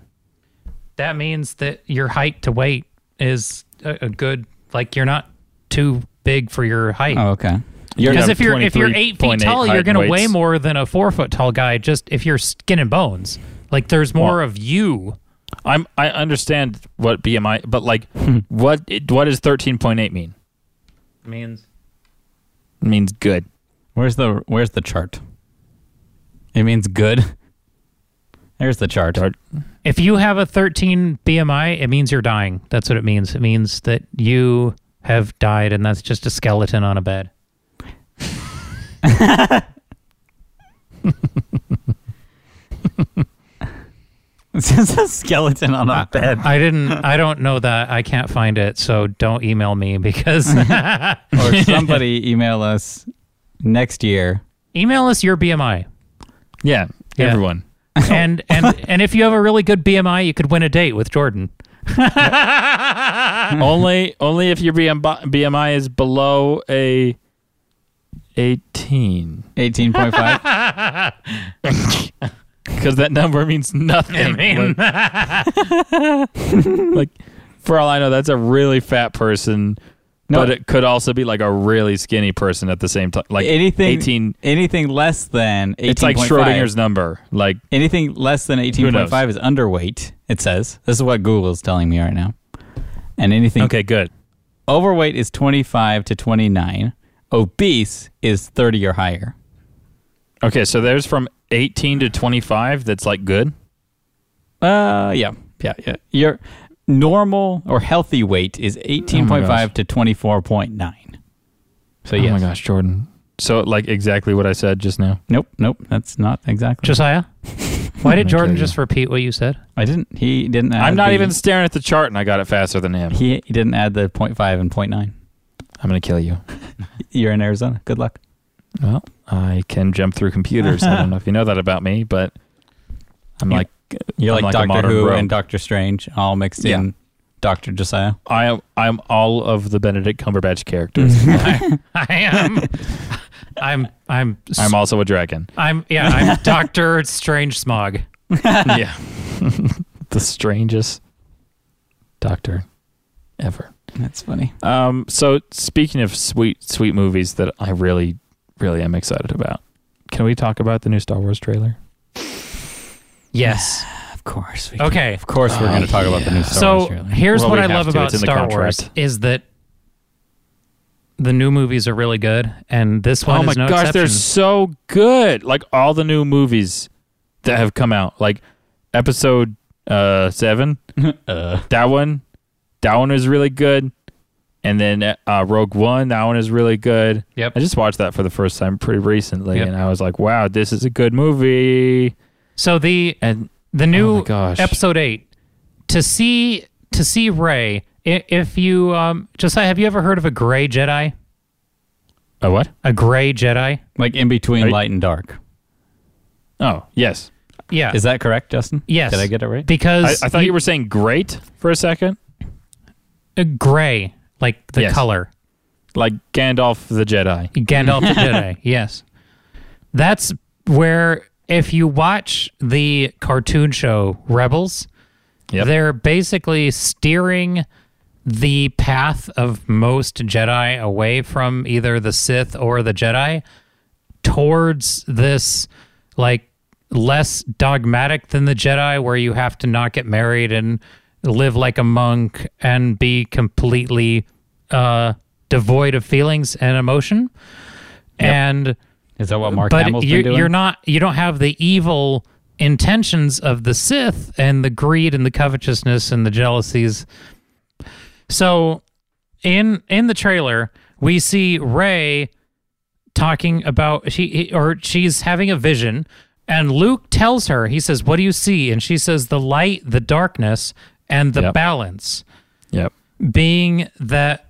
A: That means that your height to weight is a, a good. Like you're not too big for your height.
C: Oh, okay.
B: You're
A: Because
B: gonna
A: if you're if you're eight feet
B: 23.8
A: tall,
B: height
A: you're gonna
B: and
A: weigh
B: weights.
A: more than a four foot tall guy. Just if you're skin and bones, like there's more of you.
B: I'm I understand what BMI, but like what it- what does 13.8 mean?
A: Means
B: It means good.
C: Where's the Where's the chart? It means good. There's the chart.
B: Chart.
A: If you have a 13 BMI, it means you're dying. That's what it means. It means that you have died, and that's just a skeleton on a bed.
C: It's just a skeleton on
B: Ah.
C: a bed.
A: I didn't. I don't know that. I can't find it, so don't email me because
C: or somebody email us next year.
A: email us your BMI.
B: Yeah,
A: Yeah.
B: everyone.
A: And and and if you have a really good BMI, you could win a date with Jordan.
B: Hmm. only only if your BMI, BMI is below a 18,
C: Eighteen point five.
B: because that number means nothing.
A: mean-
B: like, like, for all I know, that's a really fat person. but it could also be like a really skinny person at the same time. Like
C: Anything.
B: 18.
C: Anything less than eighteen.
B: It's like Schrodinger's number. Like
C: Anything less than eighteen point five is underweight. It says this is what Google is telling me right now. And anything
B: okay, good.
C: overweight is 25 to 29 obese is 30 or higher
B: Okay, so there's from 18 to 25 that's like good.
C: uh yeah yeah yeah your normal or healthy weight is 18.5 to 24.9 so yes.
B: Oh gosh, Jordan. So like exactly what I said just now.
C: nope nope that's not exactly
A: Josiah, why did Jordan
B: kill you.
A: just repeat what you said?
C: i didn't he didn't add
B: I'm not
C: the-
B: even staring at the chart and I got it faster than him.
C: he, he didn't add the 0.5 and 0.9
B: I'm going to kill you.
C: You're in Arizona. Good luck.
B: Well, I can jump through computers. I don't know if you know that about me, but I'm
C: You-
B: like
C: You're
B: I'm
C: like,
B: a
C: Doctor
B: modern
C: Who
B: rogue.
C: and Doctor Strange all mixed
B: Yeah.
C: in. Doctor Josiah.
B: I am I'm all of the Benedict Cumberbatch characters.
A: I am. I'm. I'm.
B: I'm also a dragon.
A: I'm. Yeah. I'm Doctor Strange Smog.
B: yeah. the strangest doctor ever.
C: That's funny.
B: Um, so speaking of sweet, sweet movies that I really, really am excited about, can we talk about the new Star Wars trailer?
A: Yes.
C: Of course. We can.
A: Okay.
C: Of course, we're
B: Oh,
C: going to talk about the new
B: yeah.
C: Star
A: So
C: Wars trailer.
A: here's
B: Well,
A: what
B: we
A: I
B: have
A: love
B: to. It's
A: about
B: in the
A: Star Wars
B: contract.
A: is that the new movies are really good, and this one
B: oh my
A: is no
B: gosh,
A: exception.
B: they're so good! Like all the new movies that have come out, like Episode uh, Seven,
C: uh,
B: that one, that one is really good, and then uh, Rogue One, that one is really good.
A: Yep.
B: I just watched that for the first time pretty recently,
A: Yep.
B: and I was like, "Wow, this is a good movie."
A: So the
B: And
A: the
B: Oh
A: new
B: my gosh.
A: episode eight to see to see Ray. If you um, Josiah, have you ever heard of a gray Jedi?
B: oh, what?
A: A gray Jedi?
C: like in between
B: Are you-
C: light and dark.
B: Oh, yes.
A: Yeah.
C: Is that correct, Justin?
A: Yes.
C: Did I get it right?
B: I,
A: because
B: I thought you were saying great for a second,
A: uh, gray, like the
B: Yes.
A: color.
B: like Gandalf the Jedi.
A: Gandalf the Jedi. Yes, that's where if you watch the cartoon show Rebels,
B: Yep.
A: they're basically steering the path of most Jedi away from either the Sith or the Jedi towards this like less dogmatic than the Jedi where you have to not get married and live like a monk and be completely uh devoid of feelings and emotion. And
C: Is that what Mark
A: but
C: Hamill's
A: you're,
C: been doing?
A: you're not you don't have the evil intentions of the Sith and the greed and the covetousness and the jealousies. So in in the trailer, we see Ray talking about she he- or she's having a vision and Luke tells her, he says, "What do you see?" and she says, "The light, the darkness, and the
B: Yep.
A: balance."
B: Yep.
A: being that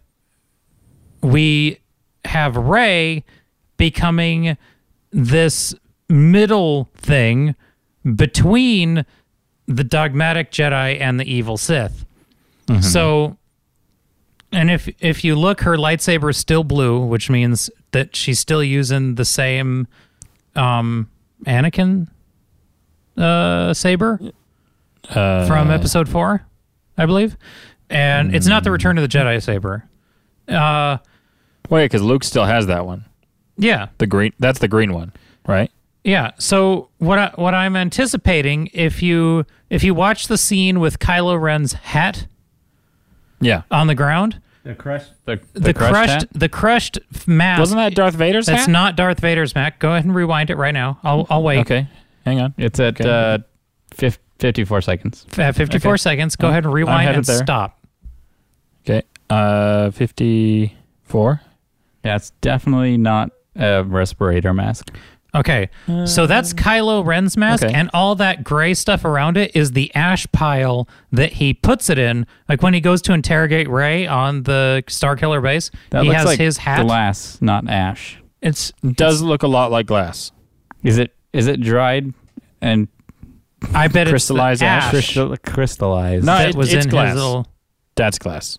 A: we have Ray becoming this middle thing between the dogmatic Jedi and the evil Sith. So and if if you look her lightsaber is still blue, which means that she's still using the same um Anakin uh saber
B: Uh,
A: from episode four, I believe. And it's not the
B: Hmm.
A: Return of the Jedi saber. Uh,
B: wait, because Luke still has that one.
A: yeah,
B: The green. That's the green one, right?
A: yeah. So what I, what I'm anticipating if you if you watch the scene with Kylo Ren's hat
B: Yeah.
A: on the ground,
D: The crush.
C: the, the
A: the, crushed
C: hat?
A: the crushed f- mask.
B: Wasn't that Darth Vader's
A: That's
B: hat?
A: not Darth Vader's mask. Go ahead and rewind it right now. I'll I'll wait.
B: Okay. Hang on.
C: It's at
B: Okay.
C: uh, fif- 54 seconds.
A: F- uh, 54
B: Okay.
A: seconds. Go ahead and
B: I
A: rewind
B: had it
A: and
B: there.
A: stop.
B: Okay. Uh, fifty-four.
C: Yeah, it's definitely not a respirator mask.
A: Okay. so that's Kylo Ren's mask,
B: Um, okay.
A: and all that gray stuff around it is the ash pile that he puts it in. Like when he goes to interrogate Ray on the Starkiller base,
C: That
A: he
C: looks
A: has
C: like
A: his hat.
C: glass, not ash.
A: It's
B: Does look a lot like glass.
C: Is it is it dried and
A: I bet it's the
B: Crystallized ash.
A: ash
C: crystal- crystallized?
B: No,
A: that
B: it-
A: was
B: it's
A: in
B: glass.
A: his little.
B: That's glass.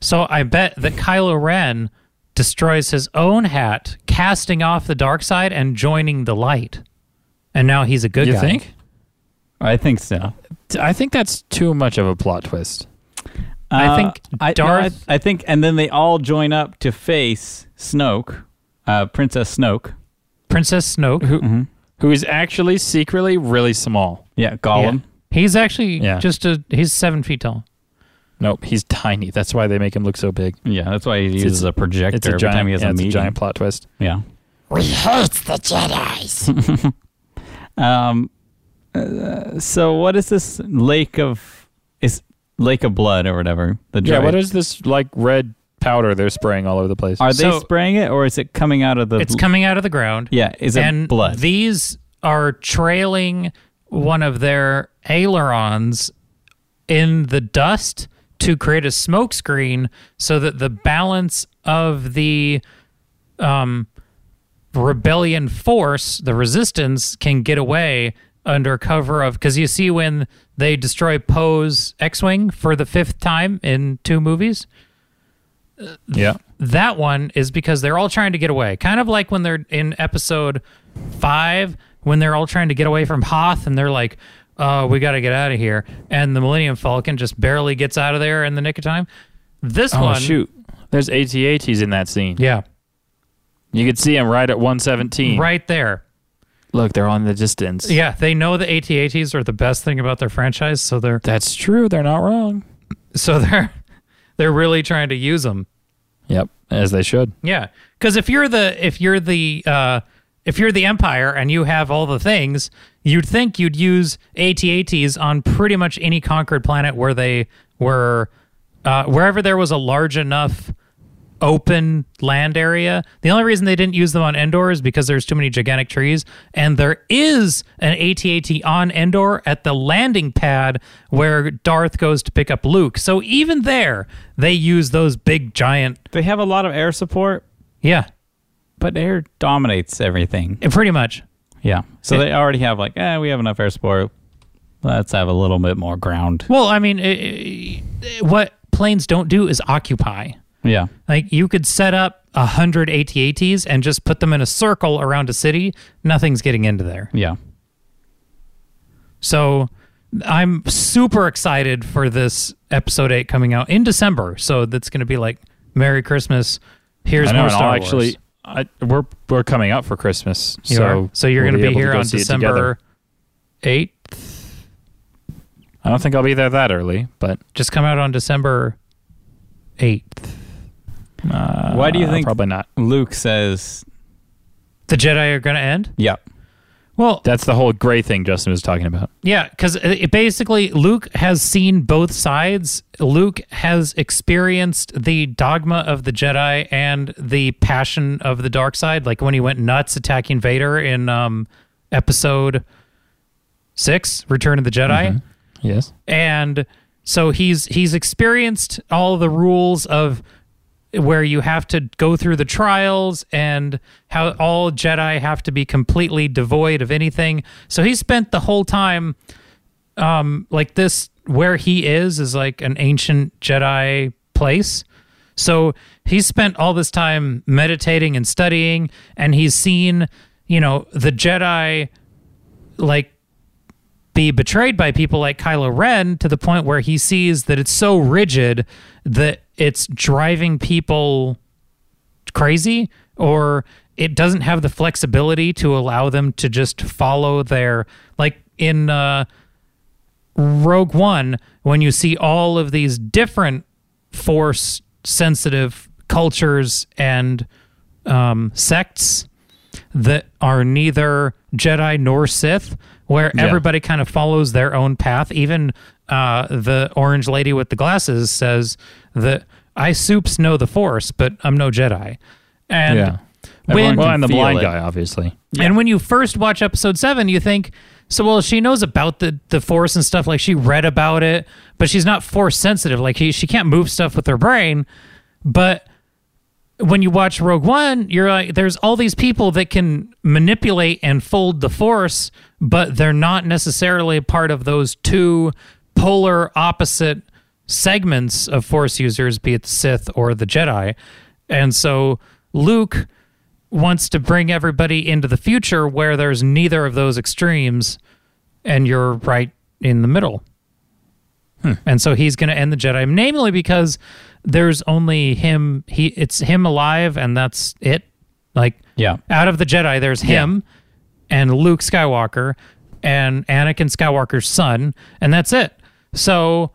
A: So I bet that Kylo Ren destroys his own hat, casting off the dark side and joining the light, and now he's a good
B: you
A: guy.
B: think?
C: I think so.
B: I think that's too much of a plot twist.
A: I think
C: Uh, I, no, I-
A: Darth-
C: I, think, and then they all join up to face Snoke, uh, Princess Snoke.
A: Princess Snoke.
B: Who is actually secretly really small.
C: Yeah,
A: Yeah.
C: Gollum.
A: He's actually
B: Yeah.
A: just a he's seven feet tall.
B: Nope, he's tiny. That's why they make him look so big.
C: Yeah, that's why he uses a projector
B: It's a
C: every
B: giant,
C: time he has
B: yeah,
C: a
B: it's a
C: meeting.
B: giant plot twist.
C: Yeah.
E: We hate the Jedi's.
C: Um, uh, so what is this lake of is Lake of Blood or whatever? The
B: Yeah,
C: droid.
B: what is this like red powder they're spraying all over the place?
C: Are they
A: So-
C: spraying it or is it coming out of the?
A: It's coming out of the ground.
C: yeah, is it
A: and
C: blood?
A: These are trailing one of their ailerons in the dust to create a smokescreen so that the balance of the um, rebellion force, the resistance, can get away under cover of. Because you see, when they destroy Poe's X Wing for the fifth time in two movies,
B: Yeah.
A: that one is because they're all trying to get away. Kind of like when they're in episode five, when they're all trying to get away from Hoth and they're like, oh, we got to get out of here. And the Millennium Falcon just barely gets out of there in the nick of time. This one,
B: Oh shoot. There's ATATs in that scene.
A: Yeah.
B: You could see them right at 117.
A: Right there.
B: Look, they're on the distance.
A: Yeah. They know the ATATs are the best thing about their franchise. So they're,
B: That's true. They're not wrong.
A: so they're, they're really trying to use them.
B: Yep, as they should.
A: Yeah, because if you're the if you're the uh, if you're the empire and you have all the things, you'd think you'd use AT-ATs on pretty much any conquered planet where they were, uh, wherever there was a large enough open land area. The only reason they didn't use them on Endor is because there's too many gigantic trees, and there is an AT-AT on Endor at the landing pad where Darth goes to pick up Luke. So even there, they use those big giant.
C: They have a lot of air support,
A: Yeah.
C: but air dominates everything.
A: Yeah, Pretty much.
C: Yeah. So they already have like, eh, we have enough air support. Let's have a little bit more ground.
A: Well, I mean, i i what planes don't do is occupy.
C: Yeah.
A: Like you could set up a hundred AT-ATs and just put them in a circle around a city. Nothing's getting into there.
C: Yeah.
A: So I'm super excited for this episode eight coming out in December. So that's going to be like Merry Christmas. Here's
B: I know,
A: more
B: and
A: Star
B: I'll
A: Wars.
B: actually, I, we're we're coming up for Christmas,
A: You
B: so
A: are. so you're
B: we'll
A: going to be
B: able
A: here
B: go
A: on
B: see it together.
A: December eighth.
B: I don't think I'll be there that early, but
A: Just come out on December eighth.
B: uh,
C: Why do you think-
B: Probably not.
C: Luke says,
A: The Jedi are going to end.
C: yep.
A: Well,
B: That's the whole gray thing Justin was talking about.
A: Yeah, because basically Luke has seen both sides. Luke has experienced the dogma of the Jedi and the passion of the dark side. Like when he went nuts attacking Vader in um, episode six, Return of the Jedi
B: Yes.
A: and so he's he's experienced all the rules of where you have to go through the trials and how all Jedi have to be completely devoid of anything. So he spent the whole time um like this where he is is like an ancient Jedi place. So he spent all this time meditating and studying and he's seen, you know, the Jedi like be betrayed by people like Kylo Ren to the point where he sees that it's so rigid that it's driving people crazy or it doesn't have the flexibility to allow them to just follow their like in uh Rogue One when you see all of these different force sensitive cultures and um sects that are neither Jedi nor Sith, where everybody kind of follows their own path. Even uh, the orange lady with the glasses says that I soups know the Force, but I'm no Jedi. And
B: yeah.
A: when
B: well, and the
C: feel
B: blind
C: it.
B: guy, obviously.
A: and when you first watch episode seven, you think, so well, she knows about the the force and stuff. Like she read about it, but she's not force sensitive. Like he, she can't move stuff with her brain. But when you watch Rogue One, you're like, there's all these people that can manipulate and fold the force, but they're not necessarily part of those two polar opposite segments of force users, be it the Sith or the Jedi. And so Luke wants to bring everybody into the future where there's neither of those extremes and you're right in the middle. And so he's going to end the Jedi, namely because there's only him. He it's him alive, and that's it. Like
C: Yeah.
A: out of the Jedi, there's him and Luke Skywalker and Anakin Skywalker's son, and that's it. So,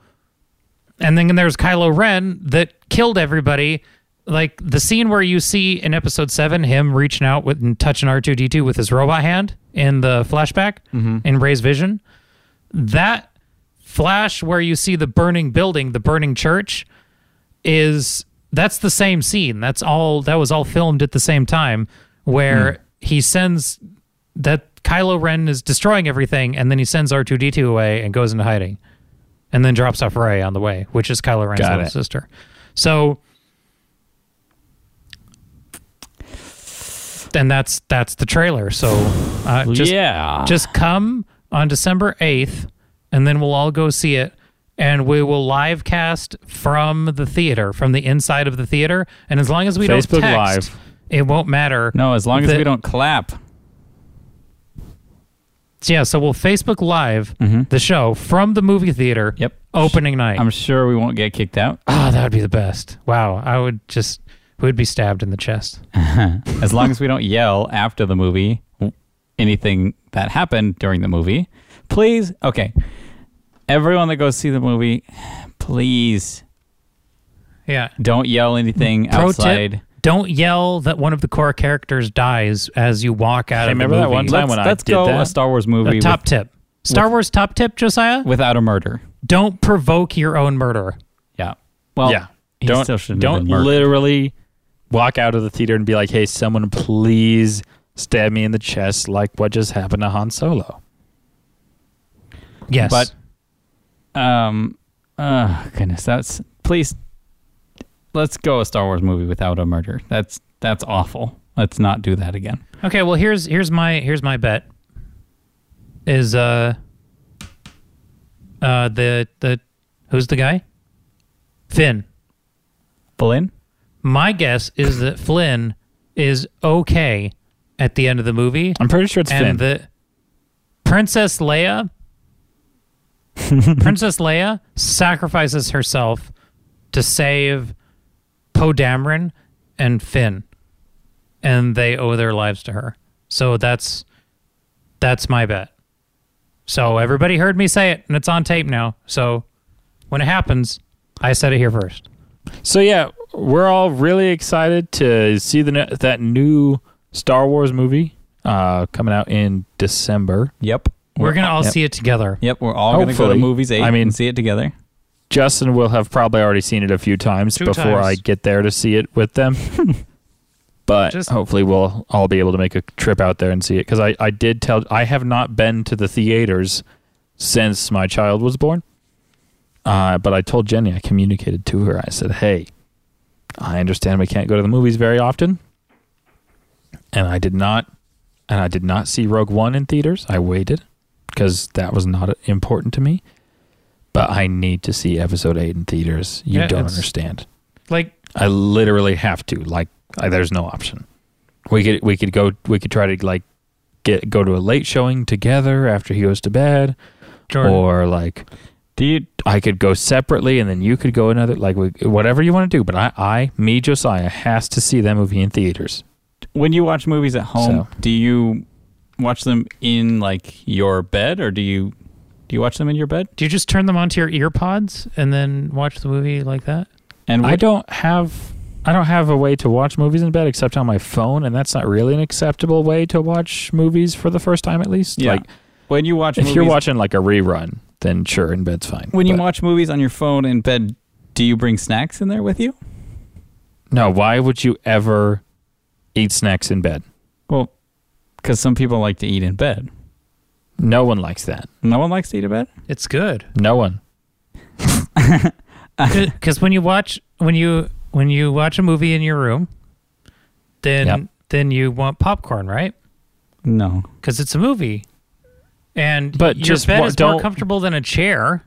A: and then there's Kylo Ren that killed everybody. Like the scene where you see in episode seven him reaching out with and touching R two D two with his robot hand in the flashback in Ray's vision. That flash where you see the burning building, the burning church, is that's the same scene. That's all that was all filmed at the same time where
B: Hmm.
A: he sends that Kylo Ren is destroying everything and then he sends R2D2 away and goes into hiding. and then drops off Ray on the way, which is Kylo Ren's
B: Got
A: little
B: it.
A: sister. So, and that's that's the trailer. So, uh, just
B: yeah.
A: just come on December 8th, and then we'll all go see it. And we will live cast from the theater, from the inside of the theater. And as long as we
B: Facebook
A: don't text,
B: Live.
A: it won't matter.
C: No, Oh, as long as
A: The-
C: we don't clap.
A: Yeah, so we'll Facebook Live the show from the movie theater.
C: Yep.
B: Oh,
A: Opening night.
C: I'm sure we won't get kicked out
A: oh, that would be the best. Wow, I would just we would be stabbed in the chest.
C: as long as we don't yell after the movie anything that happened during the movie. Please, okay. Everyone that goes see the movie, please
A: Yeah.
C: don't yell anything
A: Pro
C: outside.
A: tip: Don't yell that one of the core characters dies as you walk out
B: Hey,
A: of the
B: remember that
A: movie.
B: one time
C: Let's,
B: when I
C: let's
B: did
C: go
B: that?
C: a Star Wars movie
A: A top
C: with-
A: tip. Star Wars top tip, Josiah?
C: without a murder.
A: Don't provoke your own murder.
C: Yeah. Well,
B: yeah.
C: he
B: Don't
C: still shouldn't have
B: don't
C: been murdered.
B: literally walk out of the theater and be like, "Hey, someone, please stab me in the chest," like what just happened to Han Solo.
A: Yes.
C: But um oh goodness, that's please let's go a Star Wars movie without a murder. That's that's awful. Let's not do that again.
A: okay, well here's here's my here's my bet. Is uh uh the the who's the guy? Finn.
C: Flynn?
A: My guess is that Flynn is okay at the end of the movie
B: I'm pretty sure it's Finn.
A: and the Princess Leia Princess Leia sacrifices herself to save Poe Dameron and Finn, and they owe their lives to her. So that's that's my bet. So everybody heard me say it, and it's on tape now. So when it happens, I said it here first.
B: so yeah, we're all really excited to see the ne- that new Star Wars movie uh, coming out in December.
C: Yep.
A: We're gonna all
B: Yep.
A: see it together.
C: Yep, we're all going to go to
B: Hopefully.
C: movies 8
B: I mean-
C: and see it together.
B: Justin will have probably already seen it a few times
A: Two
B: before
A: times.
B: I get there to see it with them. but
A: Just-
B: hopefully, we'll all be able to make a trip out there and see it because I, I did tell I have not been to the theaters since my child was born. Uh, but I told Jenny, I communicated to her. I said, "Hey, I understand we can't go to the movies very often, and I did not, and I did not see Rogue One in theaters. I waited because that was not important to me. But I need to see Episode Eight in theaters. You
A: Yeah,
B: don't
A: it's-
B: understand.
A: Like
B: I literally have to. Like, I, there's no option. We could we could go we could try to like get go to a late showing together after he goes to bed,
A: Jordan,
B: or like
C: Do you
B: I could go separately and then you could go another like we, whatever you want to do. But I, I, me, Josiah has to see that movie in theaters.
C: when you watch movies at home,
B: So-
C: do you watch them in like your bed or do you do you watch them in your bed?
A: do you just turn them onto your ear pods and then watch the movie like that?
C: And
B: I
C: what-
B: don't have. I don't have a way to watch movies in bed except on my phone, and that's not really an acceptable way to watch movies for the first time, at least.
C: yeah.
B: Like,
C: when you watch
B: if
C: movies,
B: you're watching like a rerun, then sure, in bed's fine.
C: when you
B: But-
C: watch movies on your phone in bed, do you bring snacks in there with you?
B: no, why would you ever eat snacks in bed?
C: Well, because some people like to eat in bed.
B: No one likes that.
C: No one likes to eat in bed.
A: It's good.
B: No one.
A: because when you watch when you when you watch a movie in your room, then
B: Yep.
A: then you want popcorn, right?
C: No.
A: Because it's a movie, and
B: But
A: your
B: just
A: bed
B: wa-
A: is more
B: don't-
A: comfortable than a chair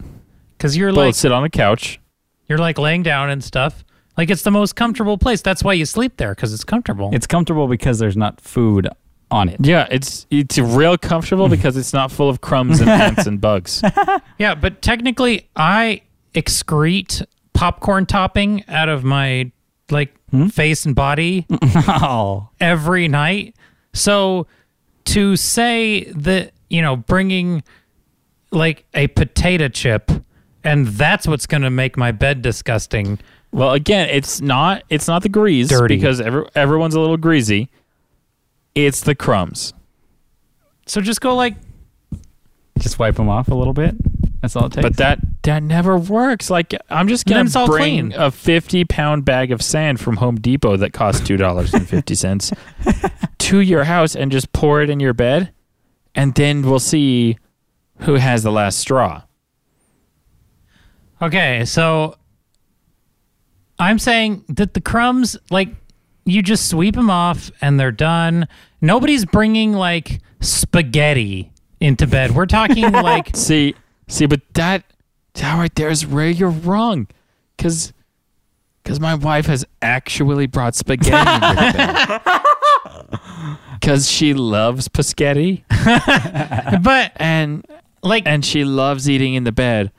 A: because you're
B: Both
A: like
B: sit on a couch.
A: you're like laying down and stuff. Like it's the most comfortable place. That's why you sleep there because it's comfortable.
C: It's comfortable because there's not food on it.
B: Yeah, it's it's real comfortable because it's not full of crumbs and ants and bugs.
A: yeah, but technically, I excrete popcorn topping out of my like
B: Hmm?
A: face and body
C: Oh.
A: every night. So to say that, you know, bringing like a potato chip and that's what's going to make my bed disgusting.
B: Well, again, it's not it's not the grease
A: Dirty.
B: because every, everyone's a little greasy. It's the crumbs.
A: So just go like,
C: Just wipe them off a little bit. That's all it takes.
B: But that that never works. Like I'm just
A: then
B: gonna
A: it's all
B: bring
A: clean.
B: a 50 pound bag of sand from Home Depot that costs two dollars and fifty cents to your house and just pour it in your bed, and then we'll see who has the last straw.
A: Okay, so I'm saying that the crumbs, like, you just sweep them off and they're done. Nobody's bringing, like, spaghetti into bed. We're talking, like,
B: See, see, but that that right there is where you're wrong, because because my wife has actually brought spaghetti because she loves spaghetti
A: but,
B: and
A: like,
B: and she loves eating in the bed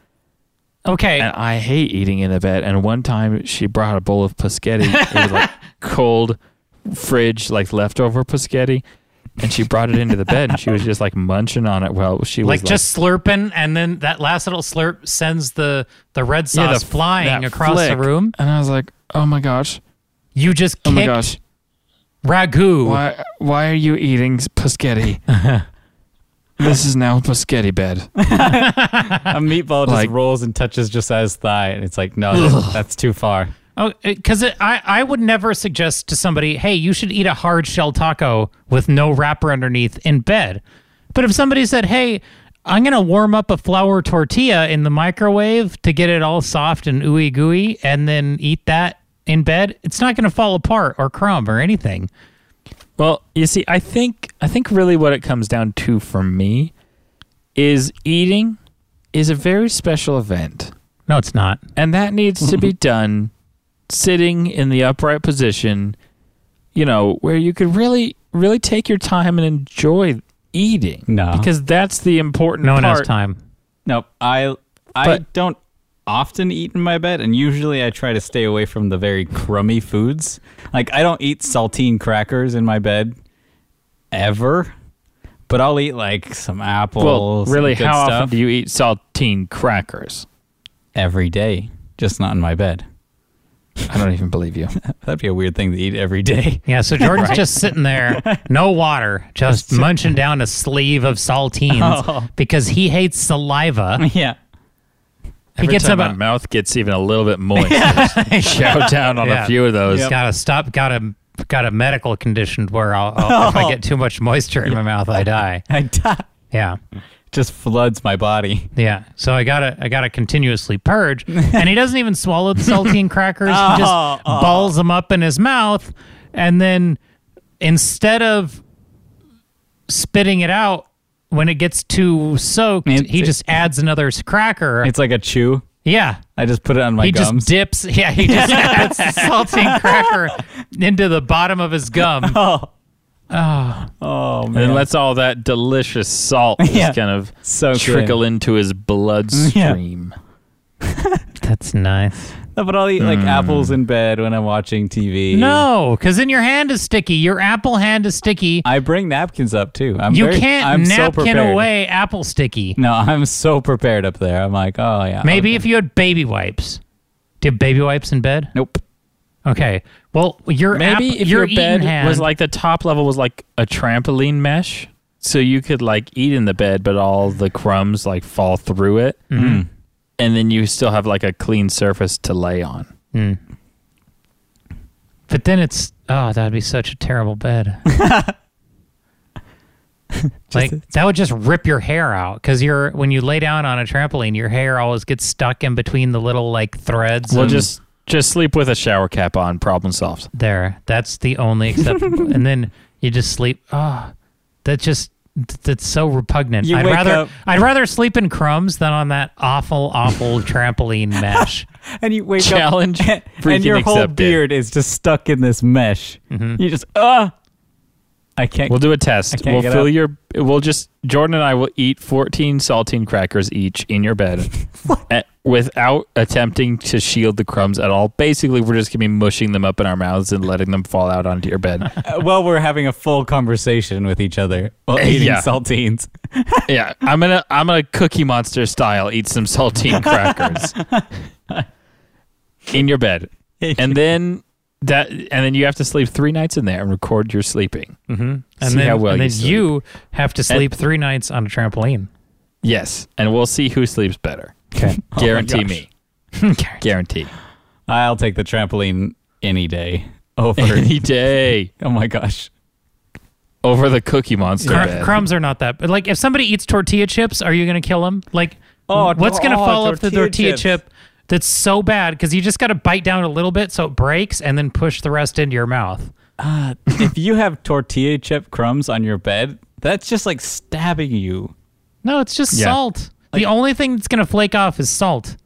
A: okay.
B: and I hate eating in the bed. And one time she brought a bowl of paschetti. it was like cold fridge, like leftover paschetti. And she brought it into the bed and she was just like munching on it while she was
A: like just slurping, and then that last little slurp sends the the red
B: Yeah,
A: sauce
B: the-
A: flying
B: that
A: across the
B: flick.
A: room.
B: And I was like, oh my gosh.
A: You just kicked
B: Oh my gosh.
A: ragu.
B: Why why are you eating paschetti? this is now paschetti bed.
C: A meatball just
B: Like-
C: rolls and touches Josiah's thigh, and it's like, no, that, that's too far.
A: Oh, because I I would never suggest to somebody, hey, you should eat a hard shell taco with no wrapper underneath in bed. But if somebody said, hey, I'm gonna warm up a flour tortilla in the microwave to get it all soft and ooey gooey, and then eat that in bed, it's not gonna fall apart or crumb or anything.
B: Well, you see, I think I think really what it comes down to for me is eating is a very special event.
A: No, it's not.
B: and that needs to be done sitting in the upright position you know where you could really really take your time and enjoy eating
C: No.
B: because that's the important
A: No one
B: part
A: has time.
C: Nope. I I
B: But-
C: don't often eat in my bed, and usually I try to stay away from the very crummy foods. Like I don't eat saltine crackers in my bed ever, but I'll eat like some apples.
B: well
C: some
B: really
C: good
B: how
C: stuff
B: often do you eat saltine crackers
C: every day, just not in my bed.
B: i don't even believe you
C: That'd be a weird thing to eat every day.
A: Yeah, so Jordan's just sitting there, no water, just munching down a sleeve of saltines because he hates saliva.
C: yeah.
A: he gets up.
B: my mouth gets even a little bit moist I chow down on
A: Yeah.
B: a few of those
A: It's Gotta stop. Gotta got a medical condition where I'll, I'll, if I get too much moisture in my mouth, I die.
C: I die.
A: Yeah,
C: Just floods my body.
A: yeah. So I gotta I gotta continuously purge. And he doesn't even swallow the saltine crackers.
C: Oh.
A: he just balls them up in his mouth, and then instead of spitting it out when it gets too soaked,
C: It's-
A: he just adds another s- cracker.
C: It's like a chew.
A: yeah.
C: I just put it on my
A: He
C: gums.
A: just dips, yeah. He just adds saltine cracker into the bottom of his gum.
C: oh
B: and
C: man.
B: then lets all that delicious salt
C: Yeah.
B: just kind of
C: so good.
B: trickle into his bloodstream
A: That's nice.
C: No, but I'll eat
B: Hmm.
C: like apples in bed when I'm watching TV.
A: No, because then your hand is sticky. Your apple hand is sticky.
C: I bring napkins up too. I'm
A: you
C: very-
A: can't
C: I'm so
A: napkin
C: prepared.
A: away apple sticky.
C: No, I'm so prepared up there. I'm like, oh yeah.
A: Maybe if you had baby wipes. Do you have baby wipes in bed?
C: Nope.
A: Okay. Well, your
B: Maybe
A: app-
B: if
A: your,
B: your,
A: eating
B: bed
A: hand
B: was like the top level was like a trampoline mesh, so you could like eat in the bed, but all the crumbs like fall through it,
A: Mm-hmm.
B: and then you still have like a clean surface to lay on.
A: But then it's oh, that'd be such a terrible bed. like that would just rip your hair out because you're when you lay down on a trampoline, your hair always gets stuck in between the little like threads.
B: Well,
A: and-
B: just just sleep with a shower cap on. Problem solved.
A: there. That's the only acceptable. and then you just sleep. Ah, that just that's so repugnant.
C: You
A: I'd
C: wake
A: rather
C: up-
A: I'd rather sleep in crumbs than on that awful, awful trampoline mesh.
C: And you wake
B: Challenge
C: up and
B: freaking
C: your whole
B: accepted.
C: beard is just stuck in this mesh. You just uh I can't.
B: We'll do a
C: I
B: test.
C: can't
B: We'll
C: get
B: fill
C: up.
B: your. We'll just Jordan and I will eat fourteen saltine crackers each in your bed, at- without attempting to shield the crumbs at all. Basically, we're just gonna be mushing them up in our mouths and letting them fall out onto your bed.
C: uh, well, we're having a full conversation with each other while eating
B: Yeah.
C: saltines.
B: yeah, I'm gonna I'm gonna Cookie Monster style eat some saltine crackers in your bed, and then that and then you have to sleep three nights in there and record your sleeping.
A: Mm-hmm. And
B: See
A: then,
B: how well
A: and
B: you
A: then
B: sleep.
A: you have to sleep three nights on a trampoline.
B: Yes, and we'll see who sleeps better.
C: Oh
A: Okay.
B: Guarantee
C: gosh.
B: me. Guarantee.
C: I'll take the trampoline any day over.
B: Any day
C: oh my gosh.
B: over the Cookie Monster
A: Cr-
B: bed.
A: crumbs are not that. But like, if somebody eats tortilla chips, are you going to kill them? Like,
C: Oh,
A: what's going to
C: oh,
A: fall off the
C: tortilla
A: tortilla
C: chips.
A: chip that's so bad because you just got to bite down a little bit so it breaks and then push the rest into your mouth.
C: if you have tortilla chip crumbs on your bed, that's just like stabbing you.
A: No, it's just
B: Yeah.
A: salt. the only thing that's going to flake off is salt.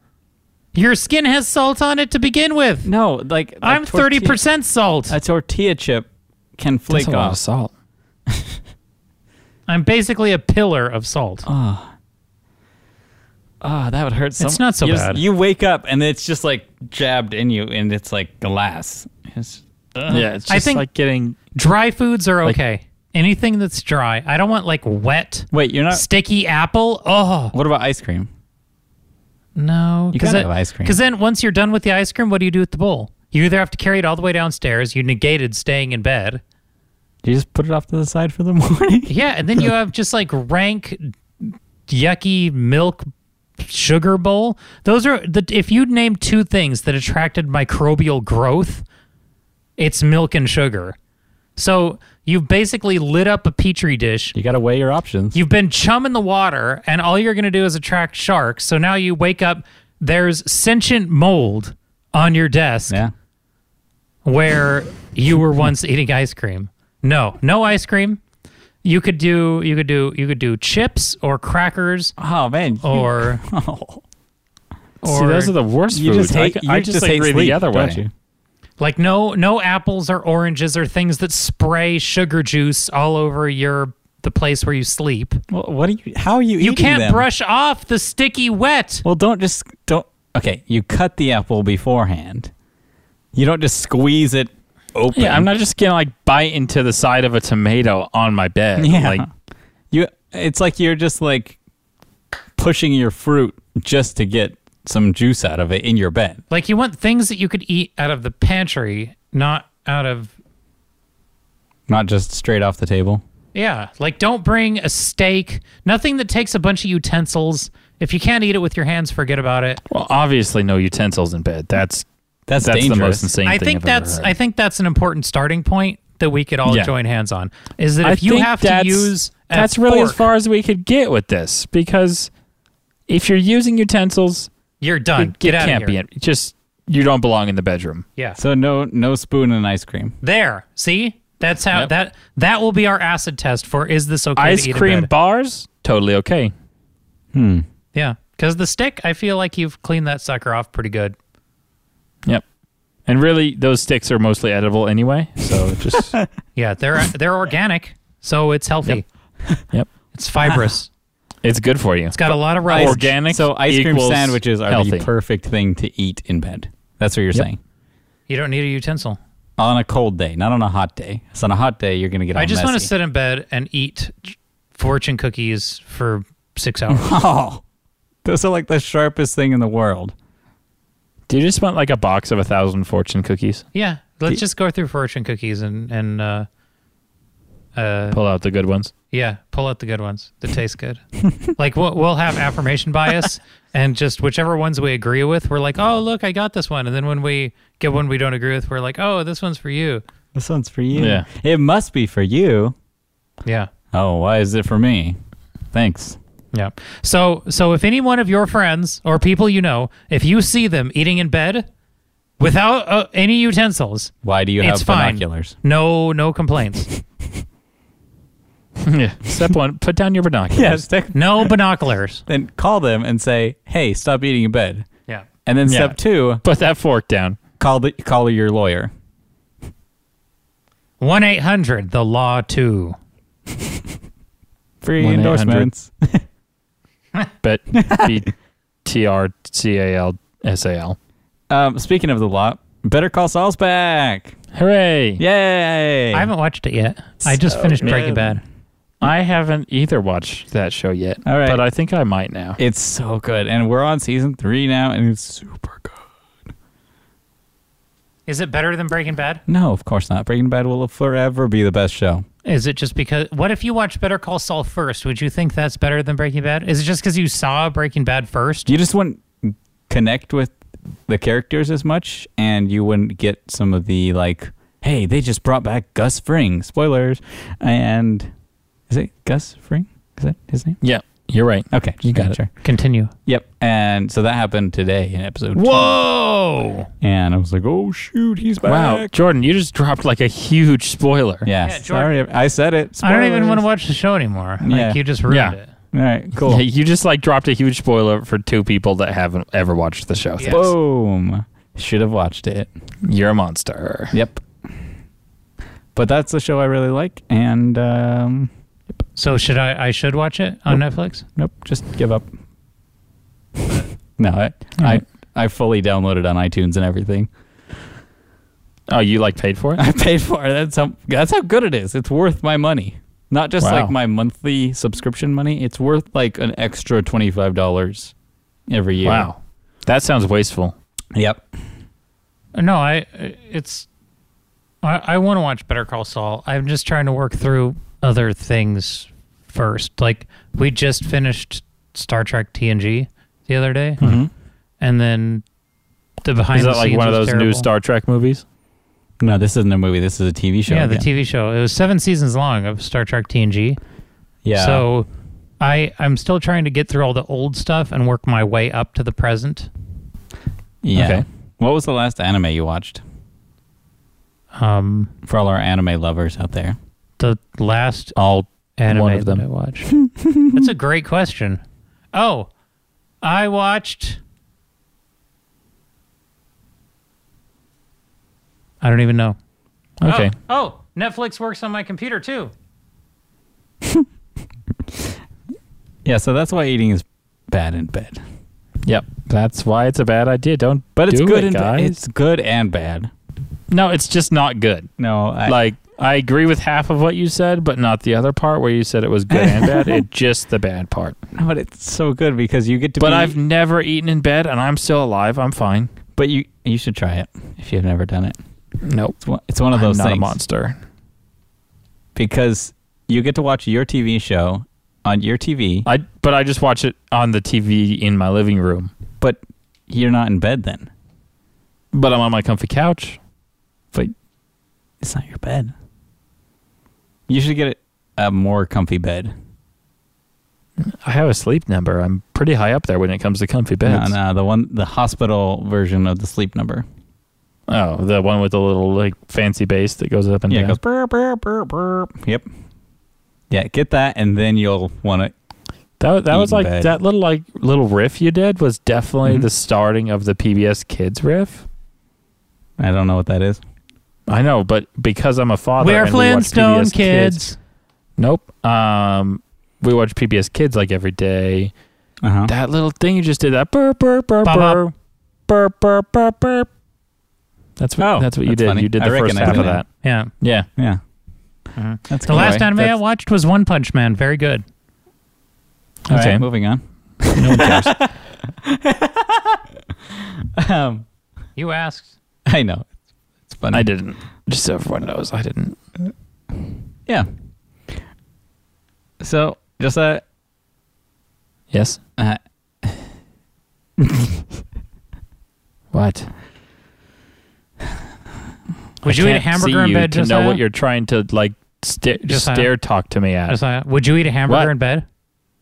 A: Your skin has salt on it to begin with.
C: No, like a
A: I'm
C: tortilla-
A: 30% salt.
C: A tortilla chip can flake
B: That's a lot of
C: off.
B: salt.
A: I'm basically a pillar of salt.
C: Oh, that would hurt. So
A: It's not so
C: you
A: bad.
C: you wake up and it's just like jabbed in you, and it's like glass. It's-
B: Yeah, it's just
A: I think-
B: like getting.
A: dry foods are okay. Anything that's dry. I don't want like wet,
C: Wait, you're not.
A: sticky apple. Oh,
C: What about ice cream?
A: no.
C: You gotta have ice cream.
A: Because then once you're done with the ice cream, what do you do with the bowl? You either have to carry it all the way downstairs. You negated staying in bed.
C: Do you just put it off to the side for the morning?
A: Yeah, and then you have just like rank, yucky milk sugar bowl. Those are the if you'd name two things that attracted microbial growth, it's milk and sugar. So you've basically lit up a petri dish.
C: You gotta weigh your options.
A: You've been chumming the water, and all you're going to do is attract sharks. So now you wake up, there's sentient mold on your desk
C: yeah.
A: where you were once eating ice cream. No, no ice cream. You could do you could do you could do chips or crackers
C: Oh man.
A: or or
B: Oh. See, those are the worst
C: you
B: foods.
C: just hate.
B: I, c-
C: you
B: I
C: just,
B: just
C: hate
B: agree
C: sleep,
B: the other
C: don't
B: way.
C: you?
A: like no no apples or oranges or things that spray sugar juice all over your the place where you sleep.
C: Well, what are you? How are you?
A: You
C: eating
A: can't
C: them?
A: brush off the sticky wet.
C: Well, don't just don't. Okay, you cut the apple beforehand. You don't just squeeze it open.
B: Yeah, I'm not just gonna like bite into the side of a tomato on my bed.
C: Yeah.
B: like
C: You. It's like you're just like pushing your fruit just to get some juice out of it in your bed.
A: Like you want things that you could eat out of the pantry, not out of
C: Not just straight off the table.
A: yeah. Like don't bring a steak, nothing that takes a bunch of utensils. If you can't eat it with your hands, forget about it.
B: well, obviously no utensils in bed. That's
C: That's,
B: that's the
C: dangerous.
B: most insane.
A: I
B: thing
A: think
B: I've ever
A: that's
B: heard.
A: I think that's an important starting point that we could all
B: Yeah.
A: join hands on. Is that
B: I
A: if you
B: think
A: have to
B: that's-
A: use a
B: that's really as
A: fork,
B: far as we could get with this because if you're using utensils,
A: you're done.
B: it,
A: Get
B: it
A: out
B: can't
A: of here.
B: be. In, just you don't belong in the bedroom.
A: Yeah.
C: So no, no spoon and ice cream.
A: There. See? That's how
C: Yep.
A: that that will be our acid test for is this okay
B: Ice
A: to eat in
B: cream
A: bed?
B: bars, totally okay.
A: yeah. Cuz the stick, I feel like you've cleaned that sucker off pretty good.
B: Yep. And really, those sticks are mostly edible anyway. So just
A: Yeah, they're they're organic, so it's healthy.
B: yep,
A: It's fibrous.
B: it's good for you.
A: It's got a lot of rice.
B: Organic.
C: So ice cream
B: equals
C: sandwiches are
B: healthy.
C: the perfect thing to eat in bed. That's what you're
B: Yep.
C: saying.
A: you don't need a utensil.
C: On a cold day, not on a hot day. 'Cause on a hot day, you're gonna get. All
A: I just
C: Oh, messy.
A: want to sit in bed and eat fortune cookies for 6 hours.
C: Oh, those are like the sharpest thing in the world.
B: Do you just want like a box of a thousand fortune cookies?
A: Yeah, let's just go through fortune cookies and and uh, uh,
B: Pull out the good ones.
A: yeah, pull out the good ones that taste good. like we'll, we'll have affirmation bias, and just whichever ones we agree with, we're like, oh look, I got this one. And then when we get one we don't agree with, we're like, oh, this one's for you.
C: This one's for you.
B: Yeah.
C: It must be for you.
A: Yeah.
C: Oh, why is it for me? Thanks.
A: Yeah. So so if any one of your friends or people you know, if you see them eating in bed without uh, any utensils,
C: Why do you
A: it's
C: have
A: fine.
C: binoculars?
A: No no complaints.
B: yeah. Step one, put down your binoculars.
C: stick.
A: No binoculars.
C: Then call them and say, "Hey, stop eating in bed."
A: Yeah.
C: And then
B: Yeah.
C: step two,
B: Put that fork down.
C: call the call your lawyer.
A: 1-800 the law 2.
C: Free
B: 1-800.
C: endorsements.
B: But B T R C A L S A L.
C: Um, speaking of the law, Better Call Saul's back.
B: Hooray!
C: Yay!
A: I haven't watched it yet. I just finished Breaking
C: good.
A: Bad.
B: I haven't either watched that show yet.
C: All right.
B: But I think I might now.
C: it's so good, and we're on season three now, and it's super good.
A: Is it better than Breaking Bad?
C: No, of course not. Breaking Bad will forever be the best show.
A: Is it just because what if you watch Better Call Saul first? Would you think that's better than Breaking Bad? Is it just cuz you saw Breaking Bad first?
C: You just wouldn't connect with the characters as much, and you wouldn't get some of the like, hey, they just brought back Gus Fring. Spoilers. And is it Gus Fring? Is that his name?
B: Yeah. You're right.
C: Okay,
B: You got it.
C: sure.
A: Continue.
C: Yep. And so that happened today in episode. two.
A: Whoa!
C: And I was like, oh shoot, he's back.
B: Wow, Jordan, you just dropped like a huge spoiler.
C: Yeah.
A: Yeah, Jordan-
C: sorry, I said it.
A: I don't even want to
C: Spoilers.
A: watch the show anymore. Like
C: Yeah.
A: you just ruined
B: Yeah.
A: it.
C: All right.
B: Yeah,
C: Cool.
B: you just like dropped a huge spoiler for two people that haven't ever watched the show. Thanks.
C: Boom. Should have watched it.
B: You're a monster.
C: Yep. But that's the show I really like, and um,
A: So should I? I should watch it on Netflix.
C: nope, just give up. no, I, I I fully downloaded on iTunes and everything.
B: Oh, you like paid for it?
C: I paid for it. That's how that's how good it is. It's worth my money. Not just
B: Wow.
C: like my monthly subscription money. It's worth like an extra twenty five dollars every year.
B: Wow. That sounds wasteful.
C: Yep.
A: No, I. It's. I, I want to watch Better Call Saul. I'm just trying to work through other things first. Like we just finished Star Trek TNG the other day,
C: Mm-hmm.
A: and then the behind.
B: Mm-hmm. Is that
A: the
B: like
A: scenes
B: one of
A: was
B: those new
A: terrible.
B: Star Trek movies?
C: No, this isn't a movie. This is a TV show.
A: Yeah, the
C: again.
A: TV show. It was seven seasons long of Star Trek TNG.
C: Yeah.
A: So I I'm still trying to get through all the old stuff and work my way up to the present.
C: yeah.
B: Okay.
C: What was the last anime you watched?
A: Um,
C: For all our anime lovers out there,
A: the last
B: All
A: anime
B: one of them.
A: that I watched. That's a great question. Oh, I watched. I don't even know.
B: Okay.
A: Oh, oh, Netflix works on my computer too.
C: yeah. So that's why eating is bad in bed,
B: Yep. That's why it's a bad idea. Don't.
C: but it's
B: do
C: good
B: it,
C: and
B: guys.
C: it's good and bad.
B: no, it's just not good.
C: No, I,
B: like I agree with half of what you said, but not the other part where you said it was good and bad. It just the bad part.
C: no, but it's so good because you get to.
B: But
C: be,
B: I've never eaten in bed, and I'm still alive. I'm fine.
C: But you you should try it if you've never done it.
B: Nope.
C: It's one, it's one of those
B: I'm not a
C: things
B: monster.
C: because you get to watch your TV show on your TV,
B: I but I just watch it on the TV in my living room.
C: but you're not in bed then.
B: But I'm on my comfy couch.
C: But it's not your bed. You should get a more comfy bed.
B: I have a sleep number. I'm pretty high up there when it comes to comfy beds.
C: No, no, the one the hospital version of the sleep number.
B: Oh, the one with the little like fancy base that goes up and
C: Yeah, it
B: down.
C: goes burp, burp, burp, burp. Yep. Yeah, get that, and then you'll want to.
B: That, that was
C: Eating
B: like
C: bed.
B: that little like little riff you did was definitely
C: Mhm.
B: the starting of the PBS Kids riff.
C: I don't know what that is.
B: I know, but because I'm a father,
A: We're
B: and we watch
A: Flintstone
B: PBS
A: kids.
B: Nope. Um, we watch PBS Kids like every day.
C: Uh huh.
B: That little thing you just did that burp burp burp
A: Bop, bop.
B: burp burp burp burp burp. That's what
C: Oh,
B: that's what you
C: that's
B: did.
C: funny.
B: You did
C: I
B: the first
C: recognize
B: half of
C: it now.
B: that.
A: Yeah.
B: Yeah.
C: Yeah.
B: Mm-hmm.
C: That's
A: The
C: cool.
A: last
C: Anyway,
A: anime I
C: that's-
A: watched was One Punch Man. Very good.
C: All right,
B: Okay.
C: moving on.
B: No one cares.
C: Um,
A: You asked.
C: I know. It's funny.
B: I didn't. Just so everyone knows, I didn't.
C: Yeah. So, just uh,
B: Yes.
C: uh,
B: What?
A: Would you eat a hamburger in bed?
B: To
A: Just
B: know what you're trying to like sta-
A: Just now?
B: stare talk to me at.
A: Would you eat a hamburger
B: What?
A: in bed?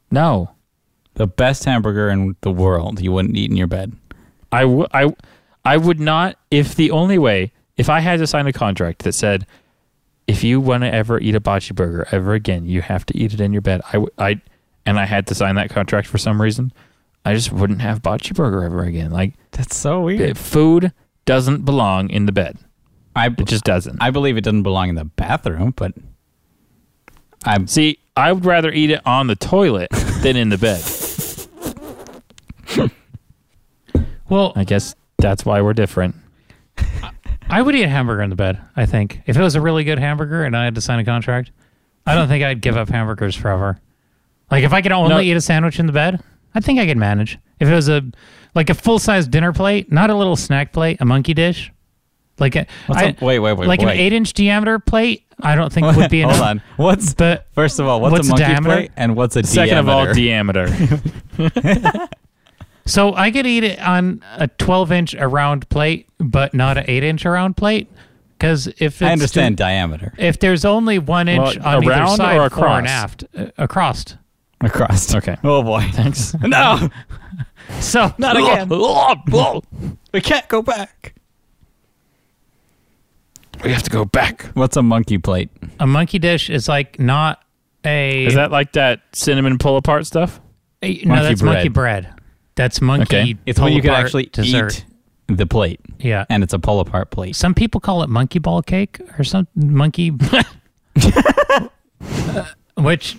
B: no.
C: the best hamburger in the world you wouldn't eat in your bed.
B: I, w- I, w- I would not, if the only way, if I had to sign a contract that said, if you want to ever eat a bocce burger ever again, you have to eat it in your bed. I, w- I, and I had to sign that contract for some reason, I just wouldn't have bocce burger ever again. Like,
C: That's so
B: it- food doesn't belong in the bed.
C: I
B: It just doesn't.
C: I believe it doesn't belong in the bathroom, but I
B: See, I would rather eat it on the toilet than in the bed.
A: Well,
B: I guess that's why we're different.
A: I would eat a hamburger in the bed, I think. If it was a really good hamburger and I had to sign a contract, I don't think I'd give up hamburgers forever. Like if I could only
B: No.
A: eat a sandwich in the bed, I think I could manage. If it was a like a full size dinner plate, not a little snack plate, a monkey dish. Like a,
C: What's
A: I-
C: a- wait, wait, wait,
A: like an
C: wait.
A: eight inch diameter plate, I don't think would be enough.
C: hold on. What's
A: But
C: first of all, what's,
A: What's
C: a monkey
A: diameter?
C: plate and what's a
B: Second of all,
C: diameter?
B: diameter.
A: So I could eat it on a 12 inch around plate, but not an 8 inch around plate. Because if it's
C: I understand diameter.
A: if there's only one inch
B: Well,
A: on either
B: around
A: side,
B: or
A: fore and
B: across?
A: aft, uh, across.
C: Across.
B: Okay.
C: Oh boy. Thanks. no.
A: So
C: Not again. we can't go back.
B: We have to go back.
C: What's a monkey plate?
A: a monkey dish is like not a
B: Is that like that cinnamon pull apart stuff?
A: a- no?
C: monkey
A: That's monkey bread. That's monkey.
B: Okay.
C: It's when you can
A: pull-apart
C: actually
A: dessert.
C: eat the plate,
A: Yeah.
C: and it's a pull apart plate.
A: Some people call it monkey ball cake or some monkey, uh, which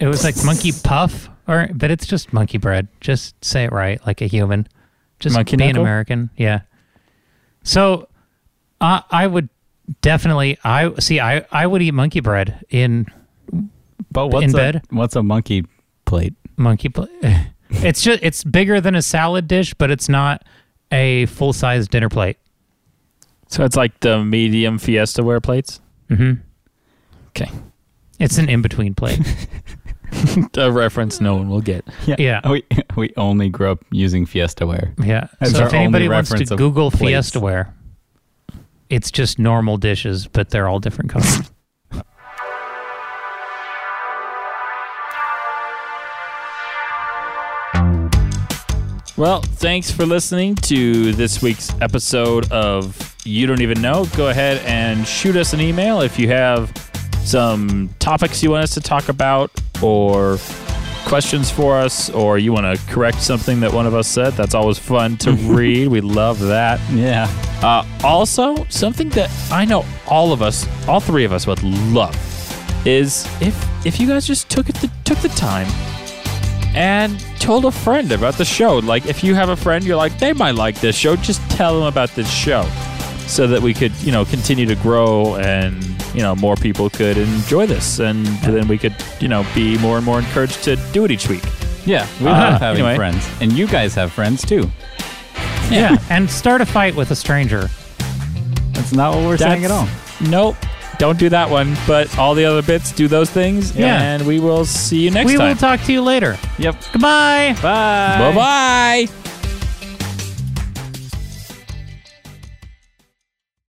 A: it was like monkey puff, or but it's just monkey bread. Just say it right, like a human. Just
B: Monkey
A: be an
B: knuckle?
A: American. Yeah. So, I I would definitely I see I I would eat monkey bread in
C: But what's
A: In
C: a,
A: bed?
C: What's a monkey plate?
A: monkey. Pl- it's just it's bigger than a salad dish, but it's not a full size dinner plate.
B: So it's like the medium Fiesta ware plates. Mm-hmm. Okay.
A: It's an in between plate.
B: A reference no one will get.
A: Yeah.
C: We we only grew up using Fiesta ware.
A: Yeah.
C: That's
A: so
C: our
A: if anybody
C: only
A: wants
C: reference
A: to
C: of
A: Google
C: plates.
A: Fiesta ware, it's just normal dishes, but they're all different colors.
B: Well, thanks for listening to this week's episode of You Don't Even Know. Go ahead and shoot us an email if you have some topics you want us to talk about or questions for us or you want to correct something that one of us said. That's always fun to read. We love that.
C: Yeah.
B: Uh, also, something that I know all of us, all three of us, would love is if if you guys just took it the, took the time and told a friend about the show. Like, if you have a friend, you're like, they might like this show. Just tell them about this show, so that we could, you know, continue to grow and you know more people could enjoy this, and then we could, you know, be more and more encouraged to do it each week.
C: Yeah. We
B: Uh,
C: love having
B: anyway.
C: friends, and you guys have friends too.
A: yeah. And start a fight with a stranger.
C: That's not what we're saying at all.
B: Nope. Don't do that one, but all the other bits, do those things,
A: Yeah.
B: and we will see you next
A: we
B: time.
A: will talk to you later.
B: yep.
A: Goodbye.
C: Bye.
B: Bye bye.